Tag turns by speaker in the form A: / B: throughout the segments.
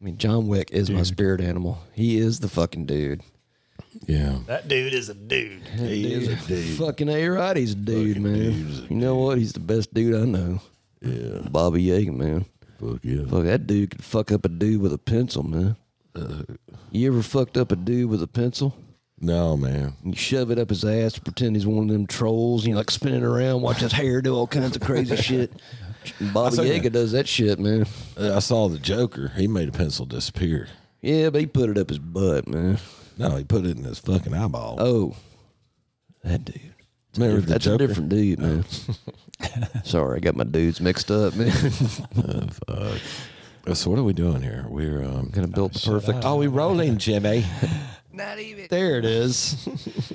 A: I mean, John Wick is my spirit animal. He is the fucking dude.
B: Yeah.
C: That dude is a dude.
B: He is a dude.
A: Fucking A Rod, he's a dude,
B: Fucking
A: man.
B: dude's a
A: you know what? He's the best dude I know.
B: Yeah.
A: Bobby Yeager, man.
B: Fuck yeah.
A: Fuck, that dude could fuck up a dude with a pencil, man.
B: Uh,
A: You ever fucked up a dude with a pencil?
B: No, man.
A: You shove it up his ass to pretend he's one of them trolls, and you like spin it around, watch his hair do all kinds of crazy shit. Bobby
B: seen
A: Yeager
B: that.
A: does that shit, man.
B: Uh, I saw the Joker. He made a pencil disappear.
A: Yeah, but he put it up his butt, man.
B: No, he put it in his fucking eyeball.
A: Oh, that dude.
B: Remember the
A: That's
B: Joker?
A: a different dude, man. Sorry, I got my dudes mixed up, man.
B: Oh, So what are we doing here? We're um,
A: Gonna build the perfect.
B: oh, we rolling, Jimmy.
A: There it is.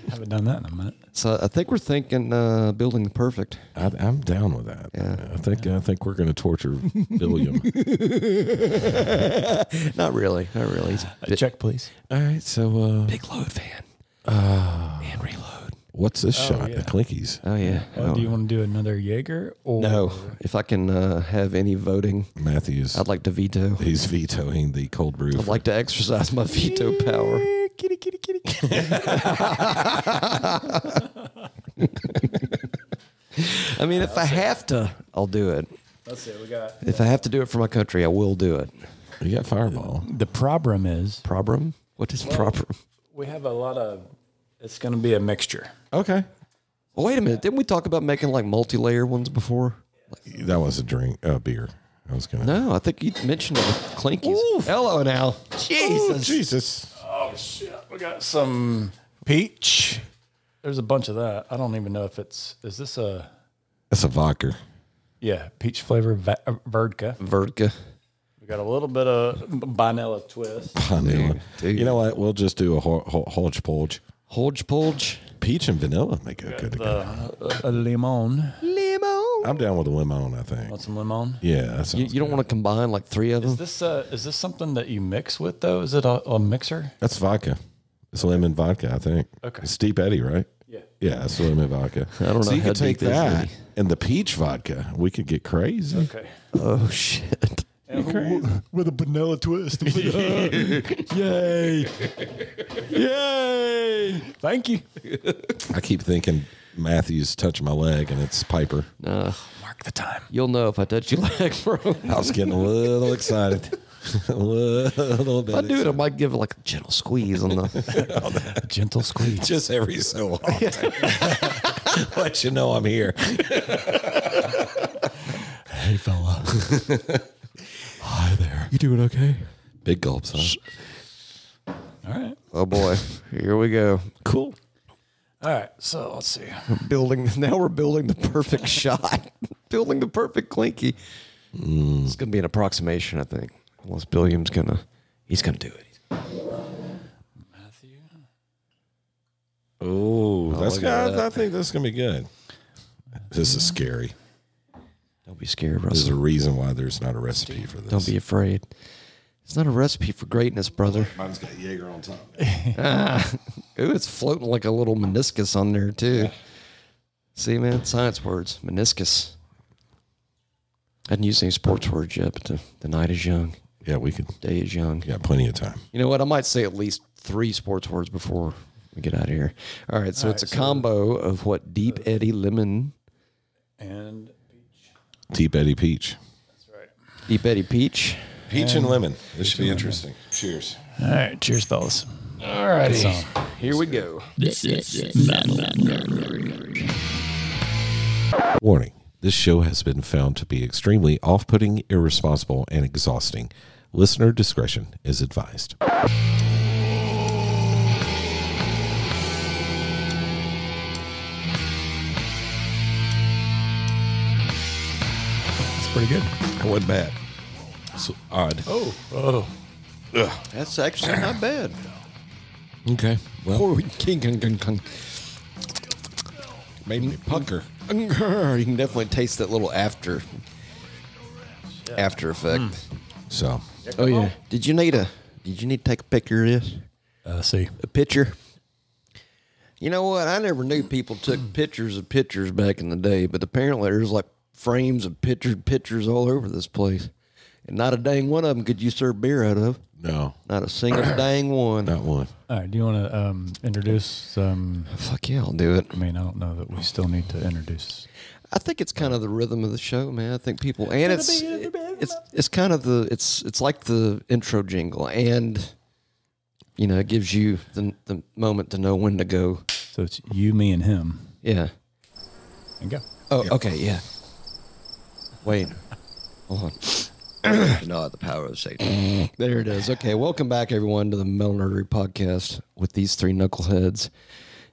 D: Haven't done that in a minute.
A: So I think we're thinking uh, building the perfect.
B: I, I'm down with that. I think I think we're gonna torture William.
A: Not really. Not really. He's a bit-
D: Check, please.
B: All right, so uh,
A: big load fan. and reload.
B: what's this shot? The Clinkies.
A: Oh yeah.
D: Oh, do you want to do another Jaeger or
A: no. If I can uh, have any voting,
B: Matthews.
A: I'd like to veto.
B: he's vetoing the cold brew.
A: I'd like to exercise my veto power.
D: kitty kitty kitty?
A: I mean, if I have to, I'll do it.
D: Let's see. We got
A: If I have to do it for my country, I will do it.
B: you got Fireball.
D: the problem is
A: Problem? What is problem?
D: we have a lot of. It's going to be a mixture.
B: Okay,
A: Well, wait a minute. Didn't we talk about making like multi-layer ones before?
B: that was a drink, a beer. I was gonna.
A: No, I think you mentioned it with clinkies. Hello now.
B: Oh, Jesus.
D: Oh shit! We got some peach. There's a bunch of that. I don't even know if it's. Is this a?
B: That's a vodka.
D: Yeah, peach flavor va- uh, vodka.
A: Vodka.
D: We got a little bit of vanilla twist.
B: Vanilla.
A: dude.
B: You know what? We'll just do a ho- ho- hodgepodge.
A: Hodgepodge.
B: Peach and vanilla make a good.
D: Uh, a limon.
A: Limo.
B: I'm down with a lemon. I think.
D: Want some limon?
B: Yeah, that sounds
A: You, you don't
B: good.
A: want to combine like three of
D: Is
A: them?
D: this uh, is this something that you mix with though? Is it a, a mixer?
B: That's vodka. It's lemon vodka, I think.
D: Okay.
B: It's deep Eddy, right?
D: Yeah.
B: Yeah, it's lemon vodka. I
A: don't
B: so
A: know
B: you
A: how
B: could take
A: deep this
B: that
A: is.
B: and the peach vodka. We could get crazy.
D: Okay.
A: Oh shit.
D: With a vanilla twist. Yay! Yay! Thank you.
B: I keep thinking Matthews touched my leg and it's Piper.
A: Nah.
D: Mark the time.
A: You'll know if I touch your leg, bro. If
B: I was getting a little excited. a little bit.
A: I do it, I might give it like a gentle squeeze on the.
D: A gentle squeeze.
B: just every so often. Let you know I'm here.
D: Hey fella.
B: Hi there.
A: you doing okay?
B: Big gulps, huh?
D: All right.
A: Oh boy, here we go.
B: Cool.
D: All right. So let's see.
A: Building now, we're building the perfect shot, building the perfect clinky. It's gonna be an approximation, I think. Unless Billiam's gonna, he's gonna do it.
D: Matthew.
B: Oh, that's
A: look at
B: good. I think that's gonna be good. This is scary.
A: Don't be scared,
B: There's
A: Russell.
B: a reason why there's not a recipe for this.
A: Don't be afraid. It's not a recipe for greatness, brother.
B: Mine's got Jaeger on top.
A: Ooh, it's floating like a little meniscus on there too. See, man, science words, meniscus. I hadn't used any sports words yet, but the, the night is young,
B: Yeah, we could.
A: day is young.
B: We got plenty of time.
A: You know what? I might say at least three sports words before we get out of here. All right, so it's a combo of what deep eddy lemon,
D: And peach.
B: Deep Eddie Peach.
D: That's right.
A: deep eddy peach.
B: Peach and, lemon. This should be interesting. Cheers.
D: All right. Cheers, fellas.
A: All righty, here we go.
B: Warning this show has been found to be extremely off putting, irresponsible, and exhausting. Listener discretion is advised.
D: That's pretty good.
B: That wasn't bad. So odd.
D: Oh. Oh.
A: That's actually not bad.
B: Okay. Well,
A: Oh, king, king, king, king.
B: made me pucker.
A: You can definitely taste that little after after effect.
B: So,
A: Oh yeah. Did you need a? Did you need to take a picture of this?
D: Uh, see.
A: A picture. You know what? I never knew people took pictures of pictures back in the day, but apparently there's like frames of pictured pictures all over this place. And not a dang one of them could you serve beer out of.
B: No,
A: Not a single dang one.
B: not one.
D: All right. Do you want to um, introduce? Um,
A: Fuck yeah, I'll do it.
D: I mean, I don't know that we still need to introduce.
A: I think it's kind of the rhythm of the show, man. I think people and it's it's it's kind of the it's it's like the intro jingle, and you know it gives you the the moment to know when to go.
D: So it's you, me, and him.
A: Yeah.
D: And go.
A: Oh, okay, yeah. Wait, hold on.
C: No, the power of Satan.
A: There it is. Okay, welcome back everyone to the Metal Nerdery Podcast with these three knuckleheads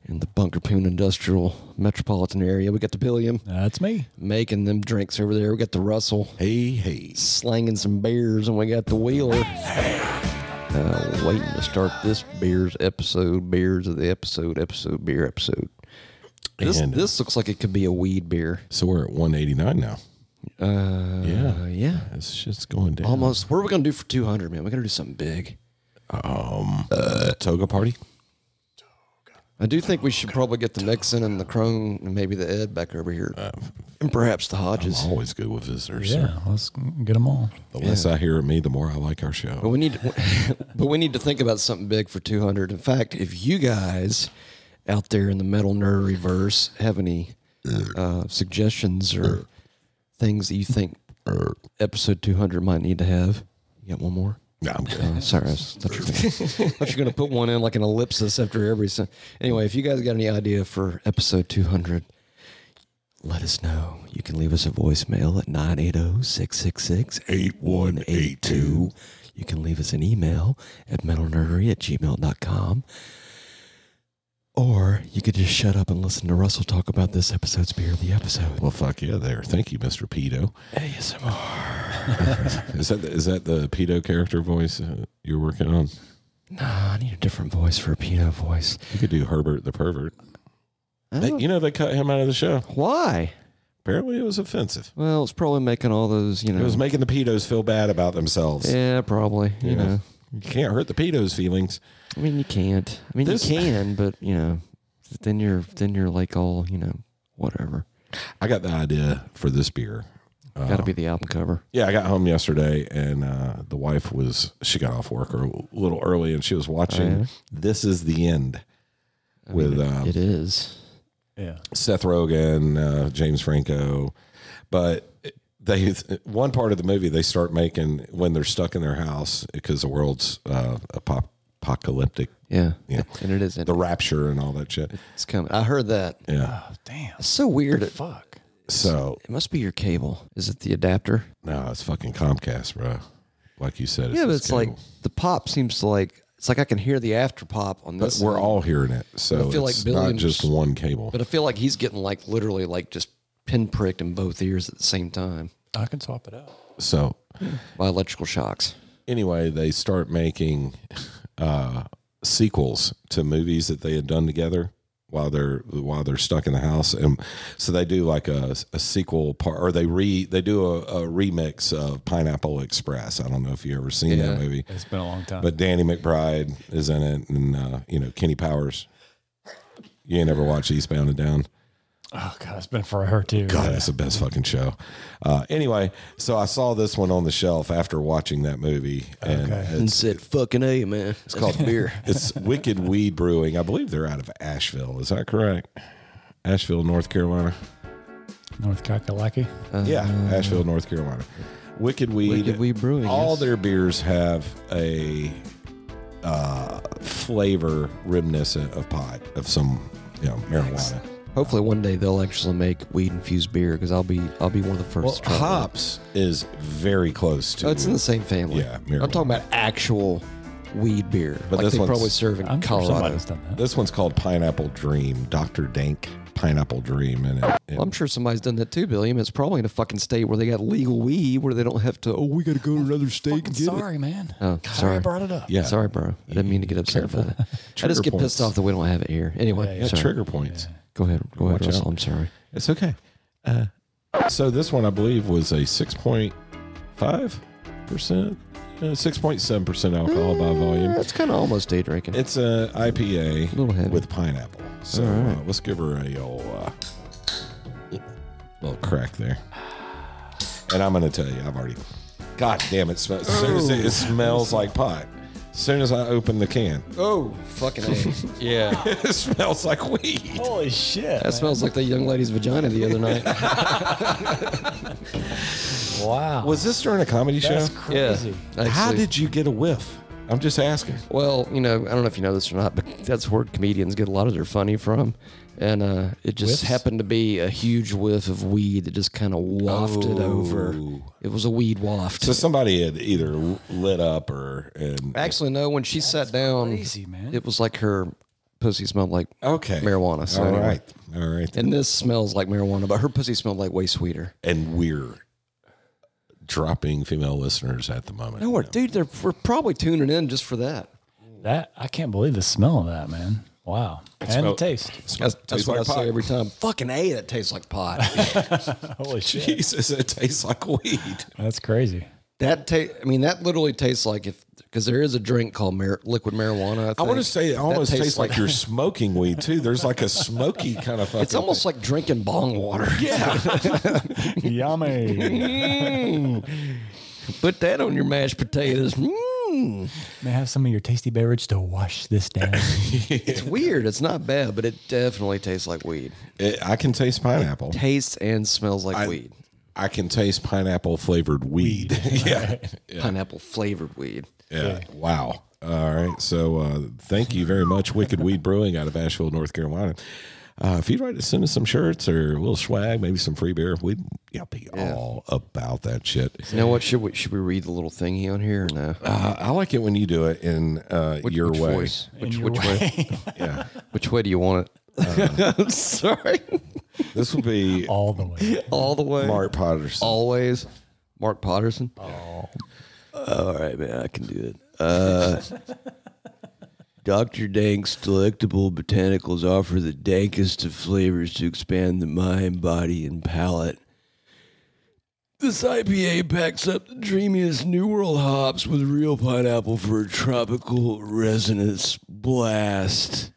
A: in the Bunker Poon Industrial Metropolitan Area. We got the Pilliam
D: That's me.
A: making them drinks over there. We got the Russell
B: Hey, hey.
A: slanging some beers, and we got the Wheeler uh, waiting to start this beers episode. Beers of the episode, episode beer episode. This
C: uh,
B: And-
A: this looks like it could be a weed beer.
B: So we're at 189 now.
A: Uh,
B: Yeah.
A: yeah.
B: This shit's going down.
A: Almost. What are we gonna do for two hundred, man? We're gonna do something big.
B: Um, The toga party.
A: I do think we should probably get the Nixon and the Crone and maybe the Ed back over here, and perhaps the Hodges.
B: Always good with visitors. sir.
D: Yeah. Let's get them all.
B: The less I hear of me, the more I like our show.
A: But we need, but we need to think about something big for 200. In fact, if you guys out there in the metal nerd reverse have any uh, suggestions or things that you think episode 200 might need to have, you got one more.
B: No, I'm good.
A: Oh, sorry, I was- thought you were gonna- thought you were going to put one in like an ellipsis after every. sen- Anyway, if you guys got any idea for episode 200, let us know. You can leave us a voicemail at 980 666 8182. You can leave us an email at metalnerdery at gmail.com. Or you could just shut up and listen to Russell talk about this episode's beer of the episode.
B: Well, fuck yeah, there. Thank you, Mr. Pedo.
A: ASMR.
B: Is that the, is that the pedo character voice uh, you're working on?
A: Nah, I need a different voice for a Pino voice.
B: You could do Herbert the pervert.
A: Oh.
B: They, you know they cut him out of the show.
A: Why?
B: Apparently, it was offensive.
A: Well, it's probably making all those, you know.
B: It was making the pedos feel bad about themselves.
A: Yeah, probably. You
B: Yeah.
A: know,
B: You can't hurt the pedos' feelings.
A: I mean, you can't. I mean,
B: This-
A: you can, but you know, then you're then you're like all you know, whatever.
B: I got the idea for this beer. Uh,
A: Got
B: Oh.
A: to be the album cover.
B: Yeah, I got home yesterday, and uh, the wife was she got off work a little early, and she was
A: Oh,
B: watching "This Is the End" with um,
A: It is.
D: Yeah.
B: Seth Rogen, uh, James Franco, but they one part of the movie they start making when they're stuck in their house because the world's uh, apop- apocalyptic,
A: Yeah.
B: Yeah.
A: And it is.
B: the rapture and all that shit.
A: It's coming. I heard that.
B: Yeah,
A: Ah,
D: Oh damn.
A: It's so weird. It,
D: Fuck.
B: so
A: it must be your cable. Is it the adapter?
B: no, it's fucking Comcast, bro. Like you said,
A: Yeah, but
B: just
A: it's like
B: cable.
A: the pop seems to like. It's like I can hear the after pop on
B: But
A: this.
B: we're
A: one,
B: all hearing it, so
A: I feel
B: it's
A: like
B: not
A: Billiam's-
B: just one cable.
A: But I feel like he's getting like literally like just pinpricked in both ears at the same time
D: I can swap it out.
B: so
A: by electrical shocks.
B: anyway, they start making uh, sequels to movies that they had done together while they're while they're stuck in the house, and so they do like a, a sequel part, or they re they do a, a remix of Pineapple Express. I don't know if you ever seen
A: Yeah.
B: that movie,
D: It's been a long time.
B: but Danny McBride is in it, and uh, you know Kenny Powers. You ain't ever watched Eastbound and Down.
D: oh god, it's been forever too.
B: God, that's the best fucking show. Uh, anyway, so I saw this one on the shelf after watching that movie, and
A: And said, "Fucking a man, it's called beer."
B: It's Wicked Weed Brewing. I believe they're out of Asheville. Is that correct? Asheville, North Carolina.
D: North Kakalaki.
B: yeah, Asheville, North Carolina. Wicked Weed.
A: Uh, Wicked Weed Brewing,
B: All
A: yes.
B: their beers have a uh, flavor reminiscent of pot of some you know, marijuana.
A: Hopefully, one day they'll actually make weed infused beer because I'll be I'll be one of the first.
B: Well,
A: to try that.
B: hops is very close to.
A: Oh, it's in the same family.
B: Yeah,
A: I'm talking about actual weed beer.
B: But
A: like
B: this
A: they
B: one's-
A: probably serve in
D: I'm sure
A: Colorado.
D: somebody's done that.
B: This one's called Pineapple Dream. Doctor Dank Pineapple Dream, and it, it
A: Well, I'm sure somebody's done that too, Billiam. It's probably in a fucking state where they got legal weed, where they don't have to. Oh, we got to go to another state and get it.
D: sorry, man.
A: Oh, sorry.
D: it up.
B: yeah,
A: Sorry, bro. I didn't mean to get upset about it. I
B: Trigger
A: just get
B: points.
A: pissed off that we don't have it here. Anyway,
B: yeah,
A: sorry.
B: trigger points.
A: Go ahead. Go ahead,
B: Watch
A: Russell.
B: out.
A: I'm sorry.
B: It's okay. Uh, so this one, I believe, was a six point five percent, uh, six point seven percent alcohol by
A: Yeah,
B: volume.
A: it's kind of almost day drinking.
B: It's a IPA
A: little heavy.
B: with pineapple. So uh, let's give her a old, uh, little crack there. And I'm going to tell you, I've already God damn it! Smells, as soon as it, it smells like pot. As soon as I open the can,
A: Oh, fucking A. yeah.
B: it smells like weed.
D: Holy shit.
A: That smells like that young lady's vagina the other night.
D: Wow.
B: Was this during a comedy
D: That's
B: show?
A: yeah.
D: crazy.
B: How
A: Actually-
B: did you get a whiff? I'm just asking.
A: Well, you know, I don't know if you know this or not, but that's where comedians get a lot of their funny from. And uh, it just
D: Whiffs?
A: happened to be a huge whiff of weed that just kind of wafted over. It was a weed waft.
B: So somebody had either lit up or and
A: Actually, no. When she sat down,
D: crazy, man.
A: it was like her pussy smelled like
B: okay
A: marijuana. So
B: All
A: anyway.
B: right, all right,
A: And this smells like marijuana, but her pussy smelled like way sweeter.
B: and we're dropping female listeners at the moment.
A: No, we're, dude, they're we're probably tuning in just for that.
D: That I can't believe the smell of that, man. Wow. and the
B: smell-
D: taste.
A: That's, that's
B: tastes
A: what
B: like
A: I
B: pot.
A: say every time. Fucking a, that tastes like pot.
D: Holy shit.
B: Jesus, it tastes like weed.
D: That's crazy.
A: That ta- I mean, that literally tastes like if because there is a drink called mar- liquid marijuana. I,
B: I want to
A: think.
B: say it
A: That
B: almost tastes, like, you're smoking weed too. There's like a smoky kind of fucking.
A: it's almost like drinking bong water.
B: yeah.
D: Yummy.
A: Mm. Put that on your mashed potatoes. Mm.
D: May I have some of your tasty beverage to wash this down?
A: It's weird. It's not bad, but it definitely tastes like weed.
B: It- I can taste pineapple.
A: Tastes and smells like weed.
B: I can taste pineapple flavored weed. yeah.
A: Pineapple flavored weed.
B: Yeah. Wow. All right. So uh, thank you very much, Wicked Weed Brewing out of Asheville, North Carolina. Uh, if you'd like to send us some shirts or a little swag, maybe some free beer, we'd yeah, be all about that shit.
A: You know what? Should we should we read the little thingy on here or no?
B: Uh, I like it when you do it in uh, your
A: which
B: way.
A: voice? Which
D: your
A: which way?
B: Yeah.
A: Which way do you want it? Uh, Sorry.
B: This will be
D: All the way.
A: All the way.
B: Mark Potter's.
A: always Mark Potterson. All right, man, I can do it. Uh, Dr. Dank's delectable botanicals offer the dankest of flavors to expand the mind, body, and palate. This IPA packs up the dreamiest New World hops with real pineapple for a tropical resonance blast.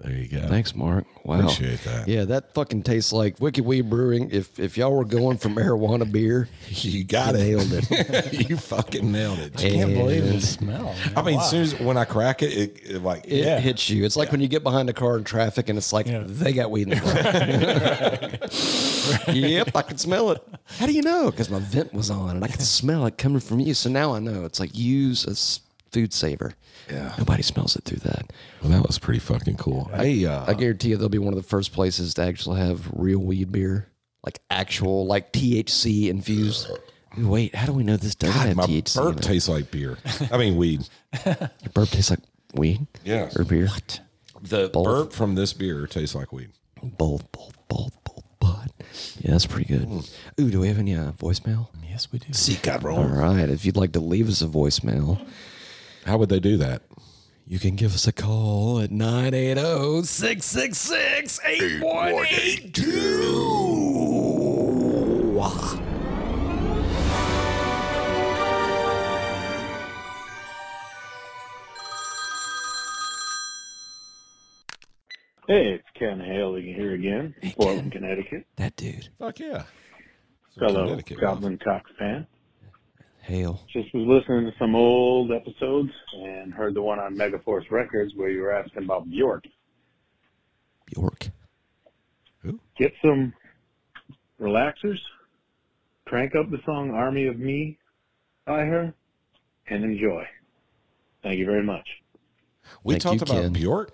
B: There you go.
A: Thanks, Mark. Wow.
B: Appreciate that.
A: Yeah, that fucking tastes like Wicked Weed Brewing. If if y'all were going for marijuana beer,
B: You got it.
A: nailed it.
B: you fucking nailed it.
D: I can't believe the smell. man.
B: I mean,
D: Wow.
B: soon as when I crack it, it, it like
A: It
D: Yeah.
A: hits you. It's like when you get behind a car in traffic and it's like
D: Yeah.
A: they got weed in the car. yep, I can smell it. How do you know? Because my vent was on and I could smell it coming from you. So now I know. It's like use a s- food saver. Yeah. Nobody smells it through that.
B: Well, that was pretty fucking cool. Hey, uh,
A: I guarantee you they'll be one of the first places to actually have real weed beer, like actual, like THC infused. Ooh, Wait, how do we know this doesn't have
B: my
A: THC? in
B: burp
A: it?
B: tastes like beer. I mean, weed.
A: Your burp tastes like weed.
B: Yes.
A: Or beer. What?
B: The
A: Both.
B: burp from this beer tastes like weed.
A: Both, both, both, both, but yeah, that's pretty good. Ooh, do we have any uh, voicemail?
D: Yes, we do.
A: All right, if you'd like to leave us a voicemail,
B: How would they do that?
A: you can give us a call at oh, 980 666 8182.
E: Hey, it's Ken Haley here again,
A: Hey, Ken.
E: Portland, Connecticut,
A: That dude,
B: Fuck yeah. Some
E: fellow
B: Connecticut
E: Goblin Cox fan.
A: hail.
E: Just was listening to some old episodes and heard the one on Megaforce Records where you were asking about Bjork.
A: York.
E: Get some relaxers, crank up the song Army of Me by her, and enjoy. Thank you very much.
B: love. We
A: Thank
B: talked
A: you,
B: about
A: Ken.
B: Bjork.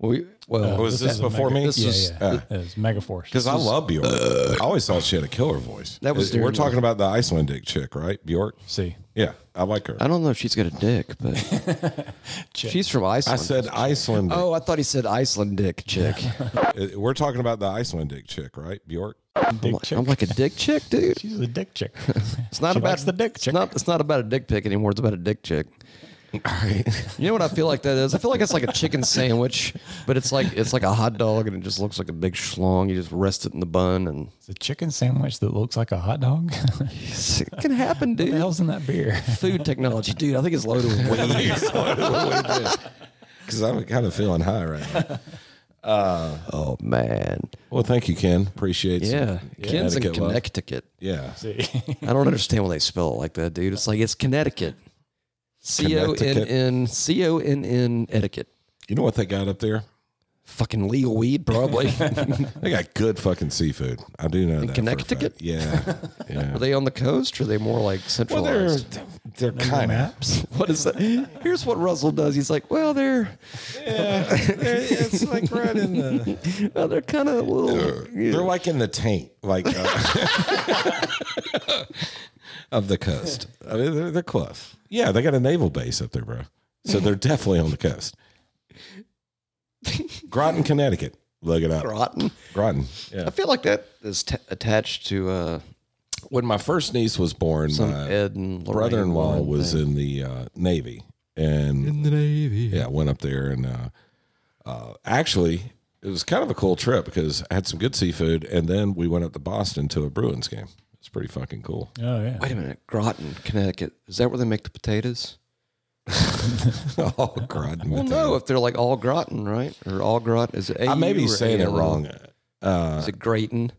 A: Well, we,
D: Uh,
A: well
B: Or was this before me?
A: this
D: yeah,
A: was-
D: yeah. it was Megaforce.
B: Because I love Bjork. I always thought she had a killer voice.
A: That was
B: Uh, We're
A: during the-
B: talking about the Icelandic chick, right? Bjork.
D: See,
B: Yeah, I like her.
A: I don't know if she's got a dick, but she's from
B: I
A: Iceland.
B: said Icelandic.
A: oh, I thought he said Iceland dick chick.
B: Uh, We're talking about the Icelandic chick, right? Bjork.
A: I'm, like, I'm like a dick chick, dude.
D: she's a dick chick.
A: It's not
D: She
A: about
D: likes the dick
A: It's
D: chick.
A: not, it's not about a dick pic anymore. It's about a dick chick.
B: All right.
A: You know what I feel like that is? I feel like it's like a chicken sandwich, but it's like it's like a hot dog, and it just looks like a big schlong. You just rest it in the bun, and
D: It's a chicken sandwich that looks like a hot dog. what
A: it can happen,
D: the
A: dude.
D: hell's in that beer?
A: Food technology, dude. I think it's loaded with weed.
B: Because I'm kind of feeling high right now.
A: Oh man,
B: Well, thank you, Ken. Appreciate
A: yeah,
B: some
A: Ken's in
B: etiquette love.
A: Connecticut.
B: Yeah.
A: I don't understand why they spell it like that, dude. It's like it's Connecticut. C O N N C O N N etiquette.
B: You know what they got up there?
A: Fucking legal weed, probably.
B: They got good fucking seafood. I do know that. for a fact.
A: Connecticut?
B: Yeah. Yeah.
A: are they on the coast or are they more like
B: well, they're
A: centralized?
B: they're kind of
A: what is that? Here's what Russell does. He's like, well, they're
B: it's like right in the
A: well, they're kind of a little.
B: they're like in the taint like uh, of the coast. I mean, they're, they're close. Yeah, they got a naval base up there, bro. So they're definitely on the coast. Groton, Connecticut. Look it up.
A: rotten.
B: Groton. Yeah.
A: I feel like that is t- attached to uh,
B: When my first niece was born,
A: some
B: my
A: Ed and Lorraine
B: brother-in-law
A: Warren
B: was
A: thing.
B: in the uh, Navy, and
A: the Navy.
B: yeah, went up there and uh, uh, actually it was kind of a cool trip because I had some good seafood, and then we went up to Boston to a Bruins game. It's pretty fucking cool.
D: Oh yeah.
A: Wait a minute, Groton, Connecticut. Is that where they make the potatoes?
B: oh God!
A: Well, no, if they're like all Groton, right? Or all Groton is it?
B: I may
A: AU
B: be
A: or
B: saying it
A: AL?
B: wrong. Uh,
A: Is it Grayton?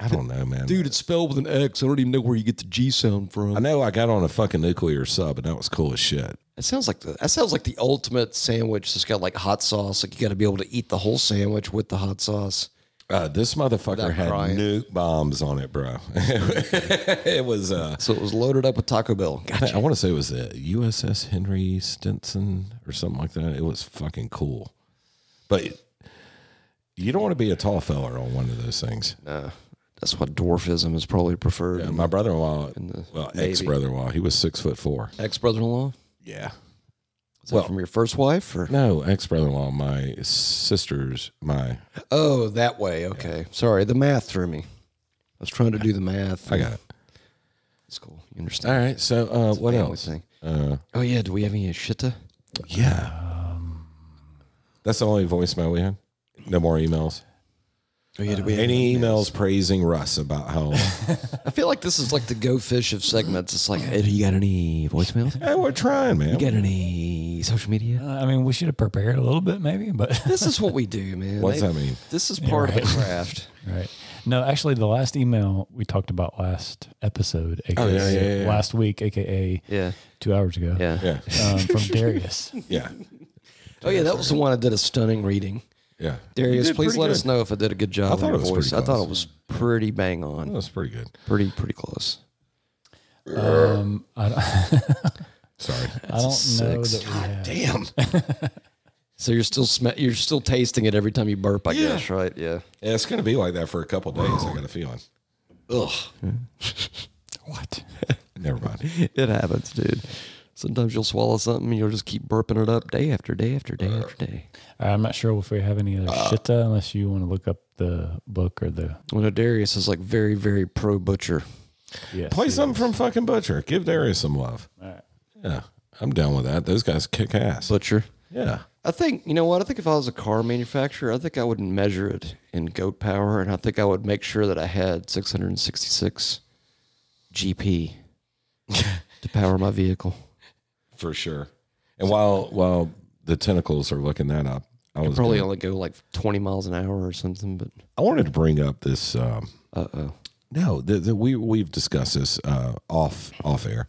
B: I don't know, man.
A: it's spelled with an X. I don't even know where you get the G sound from.
B: I know I got on a fucking nuclear sub, and that was cool as shit.
A: That sounds like the that sounds like the ultimate sandwich. It's got like hot sauce. Like you got to be able to eat the whole sandwich with the hot sauce.
B: Uh, this motherfucker
A: Without
B: had
A: crying.
B: nuke bombs on it, bro. it was. Uh,
A: So it was loaded up with Taco Bell.
B: I want to say it was the USS Henry Stinson or something like that. It was fucking cool. But you don't want to be a tall feller on one of those things.
A: uh, That's what dwarfism is probably preferred.
B: Yeah, my brother in law,
A: the
B: well,
A: Navy.
B: ex brother in law, he was six foot four.
A: Ex brother in law.
B: Yeah.
A: Is that
B: Well-
A: from your first wife or?
B: No, ex brother in law, my sister's, my,
A: Oh, that way. Okay. Sorry, the math threw me. I was trying to do the math.
B: I got it.
A: It's cool. You understand?
B: All right. So uh, what
A: Family
B: else?
A: thing.
B: Uh,
A: Oh yeah. Do we have any shitta?
B: yeah. That's the only voicemail we had. No more emails.
A: Oh yeah. Do we?
B: Any emails praising Russ about how
A: I feel like this is like the go fish of segments. It's like, hey, do you got any voicemails?
B: hey, we're trying, man.
A: You got any social media?
D: Uh, I mean, we should have prepared a little bit, maybe, but
A: This is what we do, man.
B: What's that mean?
A: This is part of the craft.
D: right. No, actually, the last email we talked about last episode, aka
B: Oh, yeah, yeah, yeah, yeah.
D: last week, aka
A: Yeah.
D: two hours ago,
A: Yeah.
B: Yeah.
D: um, from Darius.
B: Yeah.
A: Oh yeah, that was the one I did a stunning reading.
B: Yeah.
A: Darius,
B: did
A: please
B: pretty
A: let
B: good.
A: us know if I did a good job.
B: I
A: on
B: thought
A: your
B: it was
A: voice.
B: pretty
A: I thought
B: close.
A: it was pretty bang
B: That
A: on.
B: was pretty good.
A: Pretty pretty close.
D: Um, I don't,
B: Sorry.
D: I don't know
A: six.
D: that we have.
B: Damn.
A: So you're still sm- you're still tasting it every time you burp, I guess, right? Yeah.
B: it's going to be like that for a couple days. I got a feeling.
A: Ugh.
D: What?
B: Never mind.
A: It happens, dude. Sometimes you'll swallow something and you'll just keep burping it up day after day after day after day.
D: I'm not sure if we have any other
B: Uh.
D: shitta, unless you want to look up the book or the.
A: When a Darius is like very, very pro butcher.
D: Yes,
B: Play
D: yeah.
B: something from fucking Butcher. Give Darius some love.
D: right.
B: Yeah. I'm down with that. Those guys kick ass.
A: Butcher.
B: yeah.
A: I think you know what I think. If I was a car manufacturer, I think I would measure it in goat power, and I think I would make sure that I had 666 GP to power my vehicle.
B: For sure. And while while the tentacles are looking that up, I was
A: Probably
B: gonna-
A: only go like 20 miles an hour or something, but
B: I wanted to bring up this um,
A: uh oh,
B: No, the, the, we we've discussed this uh, off off air.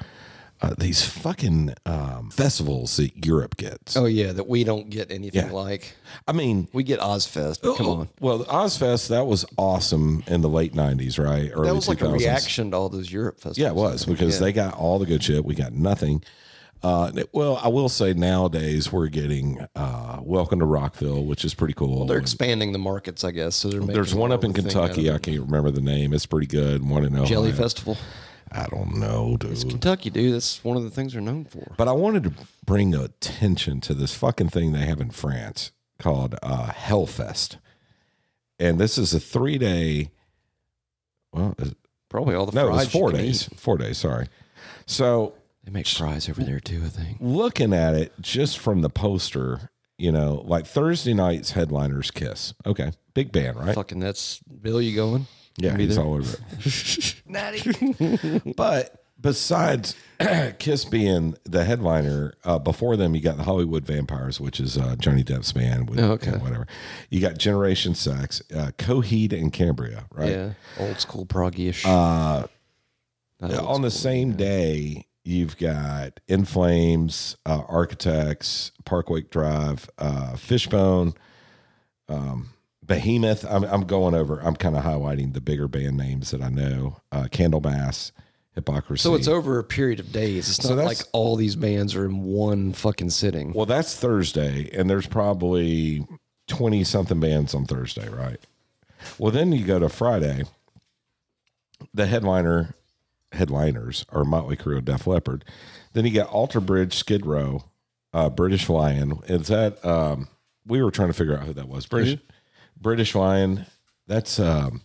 B: Uh, these fucking um, festivals that Europe gets.
A: oh yeah, that we don't get anything
B: Yeah.
A: like.
B: I mean,
A: We get Ozfest, but come on,
B: Well, the Ozfest that was awesome in the late '90s, right? Early
A: that was like a
B: 2000s.
A: reaction to all those Europe festivals.
B: Yeah, it was because they got all the good shit. We got nothing. Uh, and it- well, I will say nowadays we're getting uh, Welcome to Rockville, which is pretty cool.
A: They're
B: And
A: expanding the markets, I guess. So they're making
B: There's one up in
A: a thing out of
B: Kentucky.
A: it.
B: I can't remember the name. It's pretty good. and One in Ohio.
A: Jelly Festival,
B: I don't know, dude.
A: Kentucky, dude. That's one of the things they're known for.
B: But I wanted to bring attention to this fucking thing they have in France called uh, Hellfest, and this is a three day. Well, it-
A: Probably all the
B: no, it
A: fries
B: was four
A: you can
B: days.
A: eat.
B: Four days. Sorry. So
A: They make fries over there too, I think.
B: looking at it just from the poster, you know, like Thursday night's headliners Kiss. Okay, big band, right?
A: Fucking that's Bill. You going?
B: yeah,
A: be
B: he's
A: there.
B: all over it.
C: Natty.
B: But besides Kiss being the headliner, uh, before them you got the Hollywood Vampires, which is uh, Johnny Depp's band. With,
A: Oh, okay.
B: whatever. You got Generation Sex, uh, Coheed and Cambria, right?
A: Yeah, old school proggy-ish.
B: Uh,
A: Not old
B: on the
A: school,
B: same
A: yeah.
B: day, you've got In Flames, uh, Architects, Parkwake Drive, uh, Fishbone, um, Behemoth. I'm, I'm going over. I'm kind of highlighting the bigger band names that I know. Uh, Candlemass, Hypocrisy.
A: So it's over a period of days. It's
B: So
A: not like
B: that's-
A: all these bands are in one fucking sitting.
B: Well, that's Thursday, and there's probably 20 something bands on Thursday, right? Well, then you go to Friday. The headliner headliners are Motley Crue and Def Leppard. Then you got Alter Bridge, Skid Row, uh, British Lion. Is that um, we were trying to figure out who that was. British British Lion. That's um,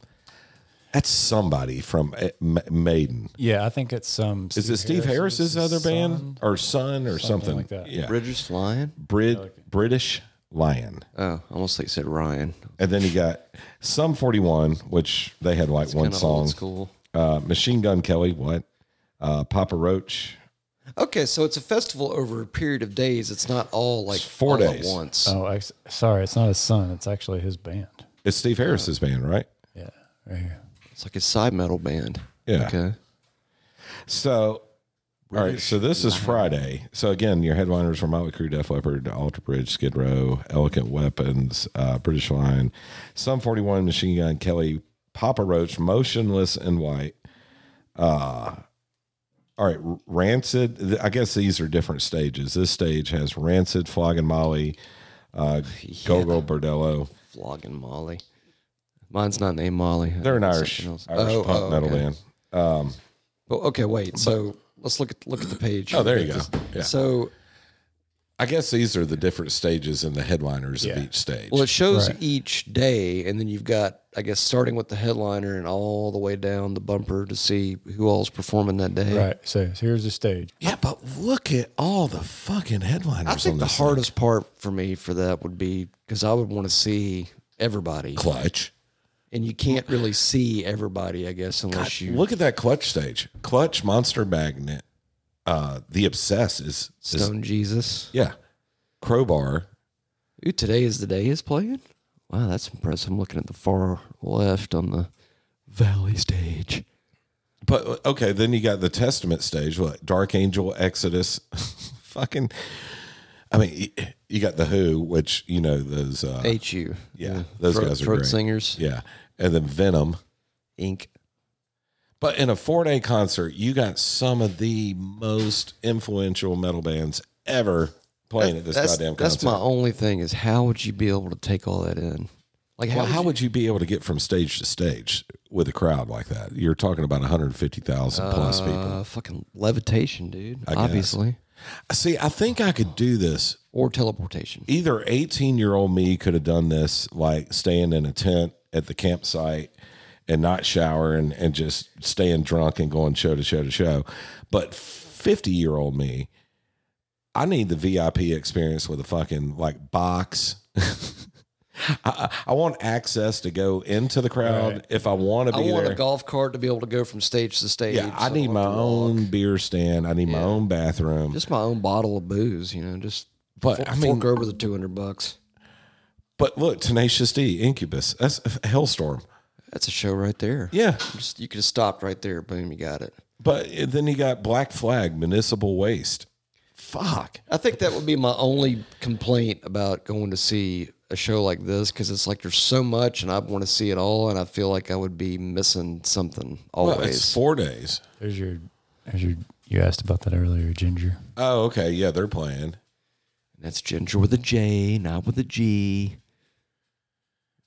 B: that's somebody from uh, Ma- Maiden.
D: Yeah, I think it's um.
B: Is it Steve Harris's, other band or son or something,
D: like that.
B: Yeah.
A: British Lion.
B: Brit, British Lion.
A: Oh, I almost like you said Ryan.
B: And then you got Sum 41, which they had like one
A: Kinda old
B: song.
A: school.
B: Uh, Machine Gun Kelly, what? Uh, Papa Roach.
A: Okay, so it's a festival over a period of days. It's not all like
B: It's four
A: all at
B: days.
A: once.
D: Oh, I, sorry, it's not his son. It's actually his band.
B: It's Steve Harris's band, right?
D: Yeah, right here.
A: It's like a side metal band.
B: Yeah.
A: Okay.
B: So, all right. So this is Friday. So again, your headliners were Motley Crue, Def Leppard, Alter Bridge, Skid Row, Elegant Weapons, uh, British Lion, Sum 41, Machine Gun Kelly, Papa Roach, Motionless and White. Uh, all right, R- Rancid. th- I guess these are different stages. This stage has Rancid, Flog and Molly, uh, Gogo Bordello.
A: Flogging Molly. Mine's not named Molly. I
B: They're an
A: think it's
B: Irish,
A: something
B: Irish
A: else. Oh,
B: punk metal
A: okay.
B: band.
A: Well, okay, wait. So let's look at look at the page.
B: Oh, there you go. Yeah.
A: So
B: I guess these are the different stages and the headliners
D: Yeah.
B: of each stage.
A: well, it shows
D: Right.
A: each day, and then you've got I guess starting with the headliner and all the way down the bumper to see who all's performing that day.
D: Right. So here's the stage.
B: Yeah, but look at all the fucking headliners.
A: I think
B: on
A: the
B: this
A: hardest part for me for that would be because I would want to see everybody,
B: thing. clutch.
A: and you can't really see everybody, I guess, unless you
B: Look at that clutch stage. Clutch, Monster Magnet, uh, the Obsess is, is-
A: Stone Jesus.
B: yeah, Crowbar.
A: Ooh, today is the day is playing. Wow, that's impressive. I'm looking at the far left on the valley stage.
B: But uh, okay, then you got the Testament stage. What Dark Angel, Exodus, fucking. I mean, y- you got the Who, which you know those. Uh,
A: Hate you.
B: yeah, those
A: throat,
B: guys are
A: throat
B: great.
A: singers.
B: Yeah, and then Venom.
A: Ink.
B: But in a four day concert, you got some of the most influential metal bands ever playing at this
A: that's,
B: goddamn concert.
A: that's my only thing is how would you be able to take all that in? Like how?
B: Well, how would you be able to get from stage to stage with a crowd like that? You're talking about 150,000 plus people.
A: uh, fucking levitation, dude.
B: guess.
A: obviously,
B: See, I think I could do this.
A: or teleportation.
B: Either 18 year old me could have done this, like staying in a tent at the campsite and not showering and just staying drunk and going show to show to show. But 50 year old me, I need the VIP experience with a fucking like box. I, I want access to go into the crowd
D: Right.
B: if I want to
A: I
B: be
A: want
B: there.
A: a golf cart to be able to go from stage to stage.
B: Yeah, I
A: so
B: need
A: don't
B: my
A: have to
B: own
A: walk.
B: beer stand. I need my own bathroom.
A: just my own bottle of booze. You know, just
B: But,
A: fork,
B: I mean-
A: fork over the two hundred bucks.
B: but look, Tenacious D, Incubus, that's a Hellstorm.
A: That's a show right there.
B: Yeah,
A: Just you could have stopped right there. Boom, you got it.
B: but then you got Black Flag, Municipal Waste. Fuck.
A: I think that would be my only complaint about going to see a show like this because it's like there's so much and I want to see it all and I feel like I would be missing something
B: Well, it's
A: always.
B: four days.
D: There's your. There's your. You asked about that earlier, Ginger.
B: Oh, okay. Yeah, they're playing.
A: That's ginger with a J, not with a G.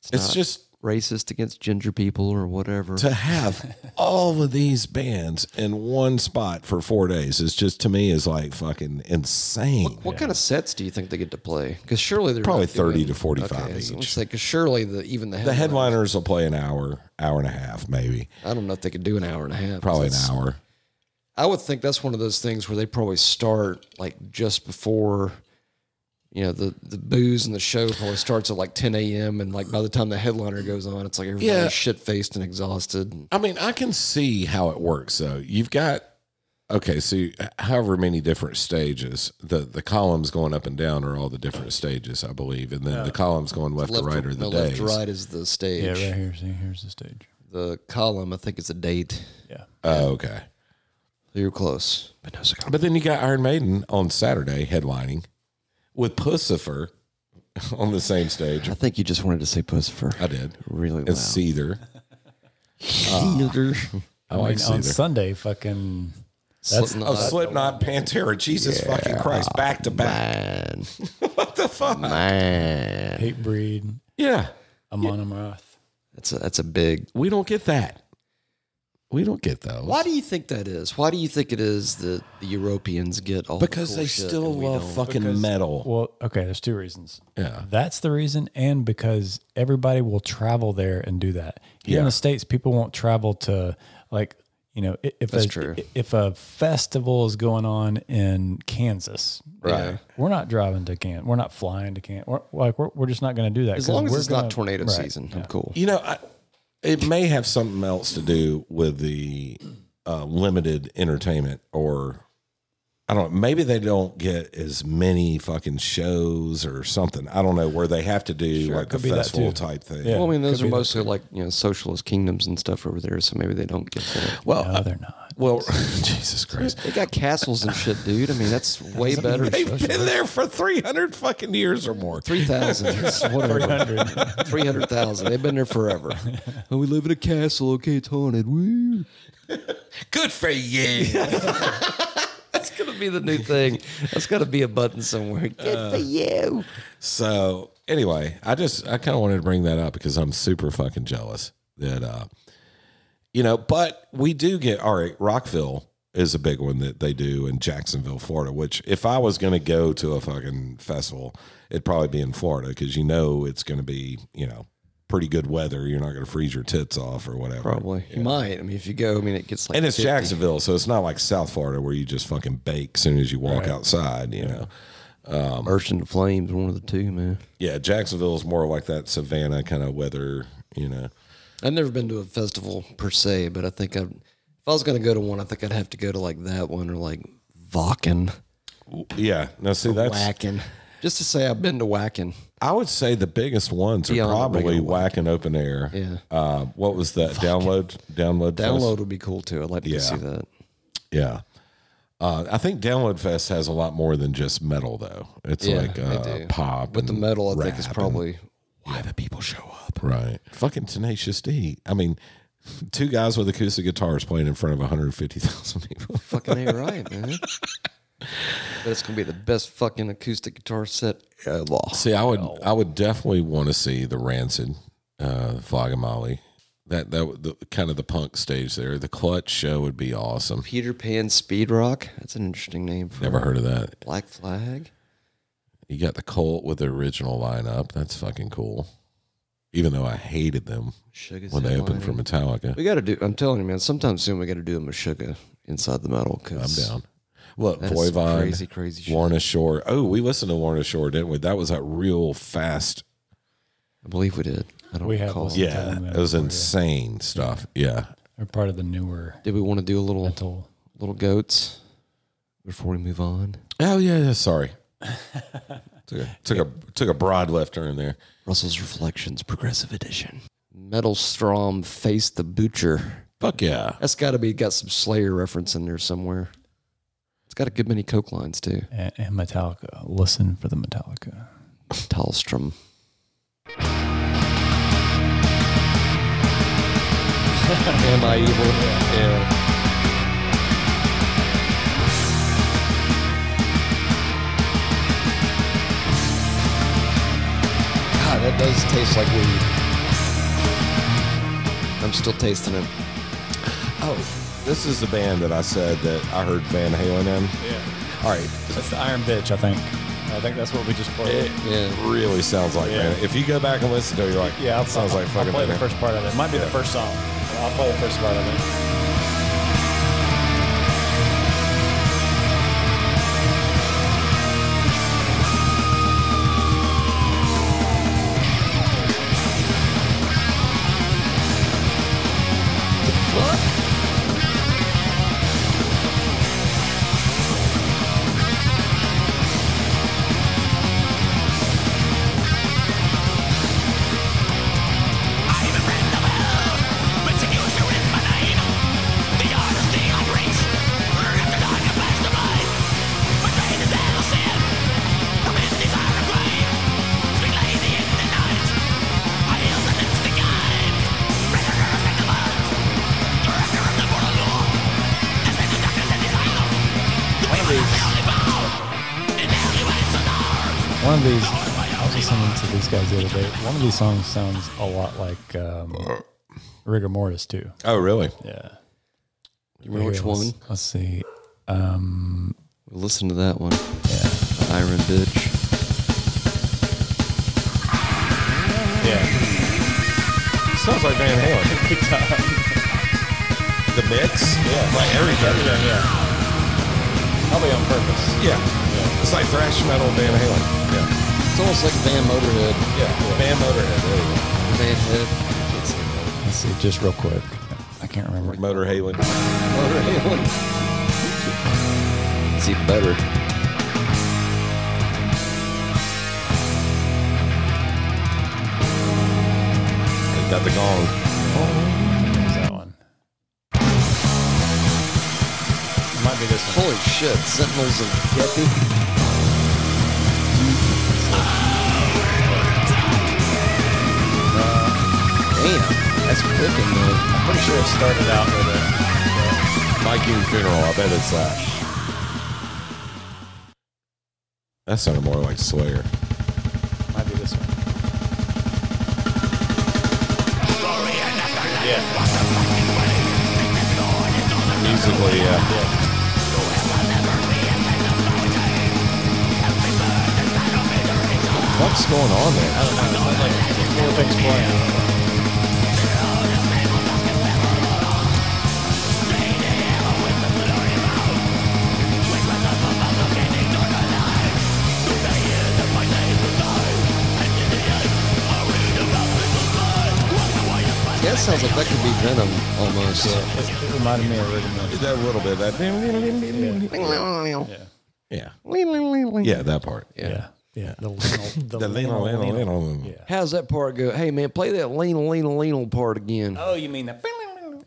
A: It's,
B: It's
A: not
B: just
A: racist against ginger people or whatever.
B: to have all of these bands in one spot for four days is just to me is like fucking insane.
A: What kind of sets do you think they get to play? Because surely they're
B: Probably
A: not doing-
B: 30 to 45
A: so
B: each.
A: Let's say because surely the even the
B: The
A: headline,
B: headliners will play an hour, hour and a half, maybe.
A: I don't know if they could do an hour and a half. 'cause
B: Probably an
A: that's-
B: hour.
A: I would think that's one of those things where they probably start like just before, you know, the the booze and the show probably starts at like 10 a.m. and like by the time the headliner goes on, it's like everybody's
B: Yeah.
A: shit faced and exhausted.
B: I mean, I can see how it works. though. you've got okay, so you- however many different stages, the the columns going up and down are all the different stages, I believe, and then the columns going left, to right are the
A: no,
B: days.
A: left to right is the stage.
D: Yeah, right here. See, here's the stage.
A: The column, I think, is a date.
D: Yeah.
B: Oh, okay.
A: You're close. But no cigar.
B: But then you got Iron Maiden on Saturday headlining with Pussifer on the same stage.
A: I think you just wanted to say puss for
B: I did.
A: really
B: And
A: loud. Ah.
B: Seether. I,
D: I
B: like
D: mean, on
B: Seether.
D: Sunday, fucking. That's
A: Slipknot.
B: Oh, Slipknot, Pantera, Jesus fucking Christ, back to back.
A: Man.
B: What the fuck?
A: Man.
D: hate breed.
B: Yeah,
D: Amon Amarth.
A: That's a, that's a big.
B: we don't get that. We don't get those.
A: Why do you think that is? Why do you think it is that the Europeans get all the
B: Because
A: cool
B: they
A: shit
B: still
A: and we
B: love
A: don't?
B: fucking
D: Because-
B: metal.
D: Well, okay, there's two reasons.
B: Yeah.
D: That's the reason, and because everybody will travel there and do that. Here in
B: Yeah.
D: the states, people won't travel to like you know i- if
A: That's
D: a,
A: true.
D: i- if a festival is going on in Kansas,
B: Right.
D: we're not driving to Can, we're not flying to Can, we're like we're, we're just not going to do that
A: As
D: 'cause
A: long as
D: we're
A: it's
D: gonna-
A: not tornado
D: right.
A: season, I'm cool.
B: You know, I, it may have something else to do with the uh, limited entertainment, or I don't. Maybe they don't get as many fucking shows or something. I don't know where they have to do like a
D: could be that
B: festival
D: too.
B: type thing.
D: Yeah.
A: Well, I mean, those
D: could
A: are
D: be that
A: mostly like you know socialist kingdoms and stuff over there, so maybe they don't get that.
B: Well,
D: No, they're not.
B: well, Jesus Christ.
A: They got castles and shit, dude. I mean, that's way better.
B: They've been there for 300 fucking years or more.
A: Three thousand, whatever, three hundred thousand. They've been there forever. And we live in a castle. Okay, it's haunted. Woo!
B: Good for you.
A: That's gonna be the new thing. That's gotta be a button somewhere.
D: Uh,
A: Good for you.
B: So anyway, I just I kind of wanted to bring that up because I'm super fucking jealous that uh you know, but we do get all right, Rockville is a big one that they do in Jacksonville, Florida, which if I was going to go to a fucking festival, it'd probably be in Florida cuz you know it's going to be, you know, pretty good weather. You're not going to freeze your tits off or whatever.
A: Probably. You might. I mean, if you go, I mean, it gets like
B: And it's
A: 50.
B: Jacksonville, so it's not like South Florida where you just fucking bake soon as you walk outside, you know.
A: Burst into flames, one of the two, man.
B: Yeah, Jacksonville is more like that Savannah kind of weather, you know.
A: I've never been to a festival per se, but I think I, if I was going to go to one, I think I'd have to go to like that one or like Vakken,
B: Yeah. Now, see, that's
A: Wacken, just to say I've been to Wacken.
B: I would say the biggest ones are
A: Beyond the
B: probably
A: regular
B: whacking open air.
A: Yeah.
B: Uh, what was that? Download. Download.
A: Download
B: Fest?
A: would be cool too. I'd like to go
B: Yeah.
A: see that.
B: Yeah. Uh, I think Download Fest has a lot more than just metal, though. It's
A: Yeah,
B: like
A: they
B: uh,
A: do.
B: pop.
A: But the
B: and
A: metal, I think, is
B: rap and-
A: probably why the people show up.
B: right. Fucking Tenacious D. I mean, two guys with acoustic guitars playing in front of 150,000 people.
A: Fucking ain't right, man. But it's gonna be the best fucking acoustic guitar set ever.
B: See, I would, I would definitely want to see the Rancid, uh, Flogamolly. That that would- the, kind of the punk stage there. The Clutch show would be awesome.
A: Peter Pan Speed Rock. That's an interesting name for
B: Never heard of that.
A: Black Flag.
B: You got the Colt with the original lineup. That's fucking cool. Even though I hated them
A: Sugar's
B: when they opened for
A: headlining.
B: Metallica,
A: We got to do. I'm telling you, man. Sometime soon we got to do a Meshuggah inside the metal.
B: I'm
A: Cause
B: down. Look,
A: That's
B: Voivod,
A: crazy, crazy shit.
B: Lorna Shore. Oh, we listened to Lorna Shore, didn't we? That was that real fast.
A: I believe we did. I don't
D: We have
A: recall.
D: listened.
B: Yeah,
D: Yeah.
B: it was
A: Oh,
B: insane stuff. Yeah,
D: They're part of the newer
A: Did we want to do a little
D: mental.
A: little goats before we move on?
B: Oh yeah, yeah. Sorry. took a, took a took a broad left turn there.
A: Russell's Reflections, Progressive Edition. Metalstrom Face the Butcher.
B: Fuck yeah.
A: That's got to be got some Slayer reference in there somewhere. It's got a good many coke lines too.
D: And, and eh, Metallica. Listen for the Metallica.
A: Talstrom. Am I evil? Yeah. God, that does taste like weed. I'm still tasting it.
B: Oh, this is the band that I said that I heard Van Halen in. Yeah. All right.
D: That's the Iron Bitch, I think. I think that's what we just played.
B: It
A: Yeah.
B: really sounds like
D: Yeah.
B: Van. If you go back and listen to it, you're like,
D: Yeah, I'll,
B: that sounds
D: I'll,
B: like
D: I'll
B: fucking
D: play
B: Van
D: the
B: Halen.
D: first part of it. It might be the first song. I'll play the first part of it.
A: What?
D: One of these, I was listening to these guys the other day. One of these songs sounds a lot like um, Rigor Mortis, too.
B: Oh, really?
D: Yeah.
A: You remember which
D: Here, let's-
A: one?
D: Let's see. Um,
A: Listen to that one.
D: yeah.
A: Iron Bitch.
D: Yeah.
B: Sounds like Van Halen. The mix? Yeah. Like everything.
D: yeah. Probably on purpose.
B: Yeah. It's like thrash metal Van Halen. Yeah.
A: It's almost like Van Motorhead.
B: Yeah. Van Motorhead. There you go.
A: Van Head.
D: Let's see, just real quick. I can't remember.
B: Motor Halen.
A: Motorhead. It's even better.
B: They got the gong.
D: What was that one? It might be this one.
A: Holy shit! Sentinels of Gepi. Uh, Damn, that's clicking though.
D: I'm pretty sure it started out with it.
B: Viking funeral. I bet it's uh, that. That sounded more like Slayer.
D: Might be this one. Yeah.
B: Musically, yeah. What's going on there?
D: Four things playing.
A: Yeah, that sounds like that could be Venom almost.
D: It, it reminded me of Rigor Mortis.
B: That little bit. That.
D: Yeah.
B: Yeah. Yeah, that part.
D: Yeah. Yeah. The Lenal. The,
B: The little,
D: Lenal-
B: little,
D: Lenal.
B: little.
D: Yeah.
A: How's that part go? Hey man, play that lean lean lean part again.
D: Oh, you mean that?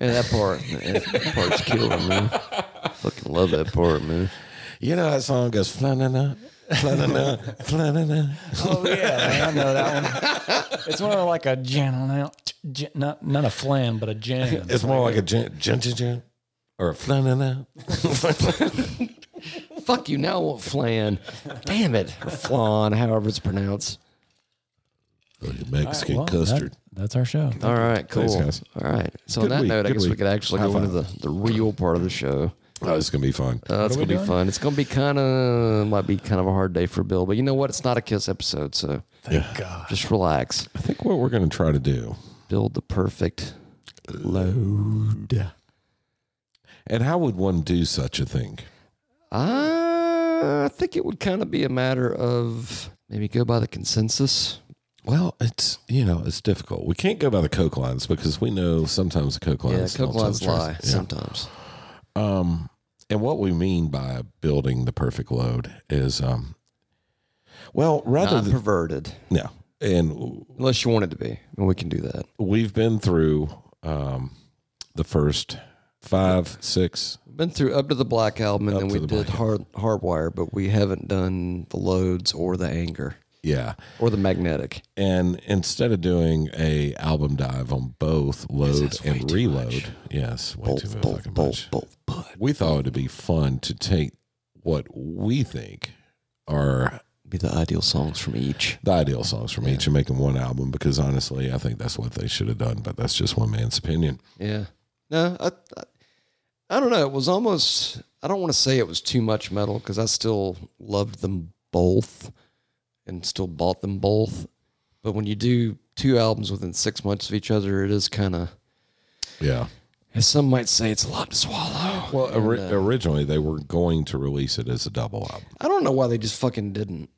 A: Yeah, that part, that part's killer, man. Fucking love that part, man.
B: You know that song goes flanana, flanana, flanana.
D: Oh yeah, man, I know that one. It's more like a jam, j- not not a flam, but a jam.
B: It's more like a gen, gen, gen, gen or a flanana.
A: Fuck you, now I want flan. Damn it. Or flan, however it's pronounced.
B: Mexican
D: Well, that-
B: custard.
D: that's our show.
A: All right, cool.
B: Thanks, guys.
A: All right. So
B: Good
A: on that
B: week,
A: note, I
B: good
A: guess we
B: week.
A: could actually
B: High
A: go into
B: five.
A: the, the real part of the show.
B: Oh, it's gonna be fun.
A: Uh, it's
D: are we
A: gonna be
D: doing?
A: fun. It's gonna be kind of might be kind of a hard day for Bill, but you know what? It's not a kiss episode, so
D: God.
A: just relax.
B: I think what we're gonna try to do,
A: Build the perfect
B: and how would one do such a thing?
A: I think it would kind of be a matter of maybe go by the consensus.
B: Well, it's you know it's difficult. We can't go by the Coke lines because we know sometimes the Coke
A: Yeah,
B: lines
A: Coke
B: don't tell
A: lines
B: the truth.
A: lie
B: Yeah.
A: sometimes.
B: Um, and what we mean by building the perfect load is, um, well, rather
A: Not
B: than
A: perverted,
B: no, and
A: unless you want it to be, and we can do that.
B: we've been through um, the first five, six.
A: Been through up to the black album, and
B: Up
A: then
B: to
A: we
B: the
A: did
B: Black
A: hard hardwire, but we haven't done the loads or the anger
B: Yeah,
A: or the magnetic.
B: and instead of doing a album dive on both load and reload, yes, way too
A: Both, both,
B: fucking
A: both,
B: much.
A: both, but
B: We thought it'd be fun to take what we think are
A: be the ideal songs from each.
B: the ideal songs from each and make them one album because honestly, I think that's what they should have done, but that's just one man's opinion.
A: Yeah. No, I, I, I don't know. It was almost, I don't want to say it was too much metal because I still loved them both and still bought them both. But when you do two albums within six months of each other, it is kind of,
B: Yeah.
A: as some might say, it's a lot to swallow.
B: Well, ori-
A: uh,
B: originally they were going to release it as a double album.
A: I don't know why they just fucking didn't.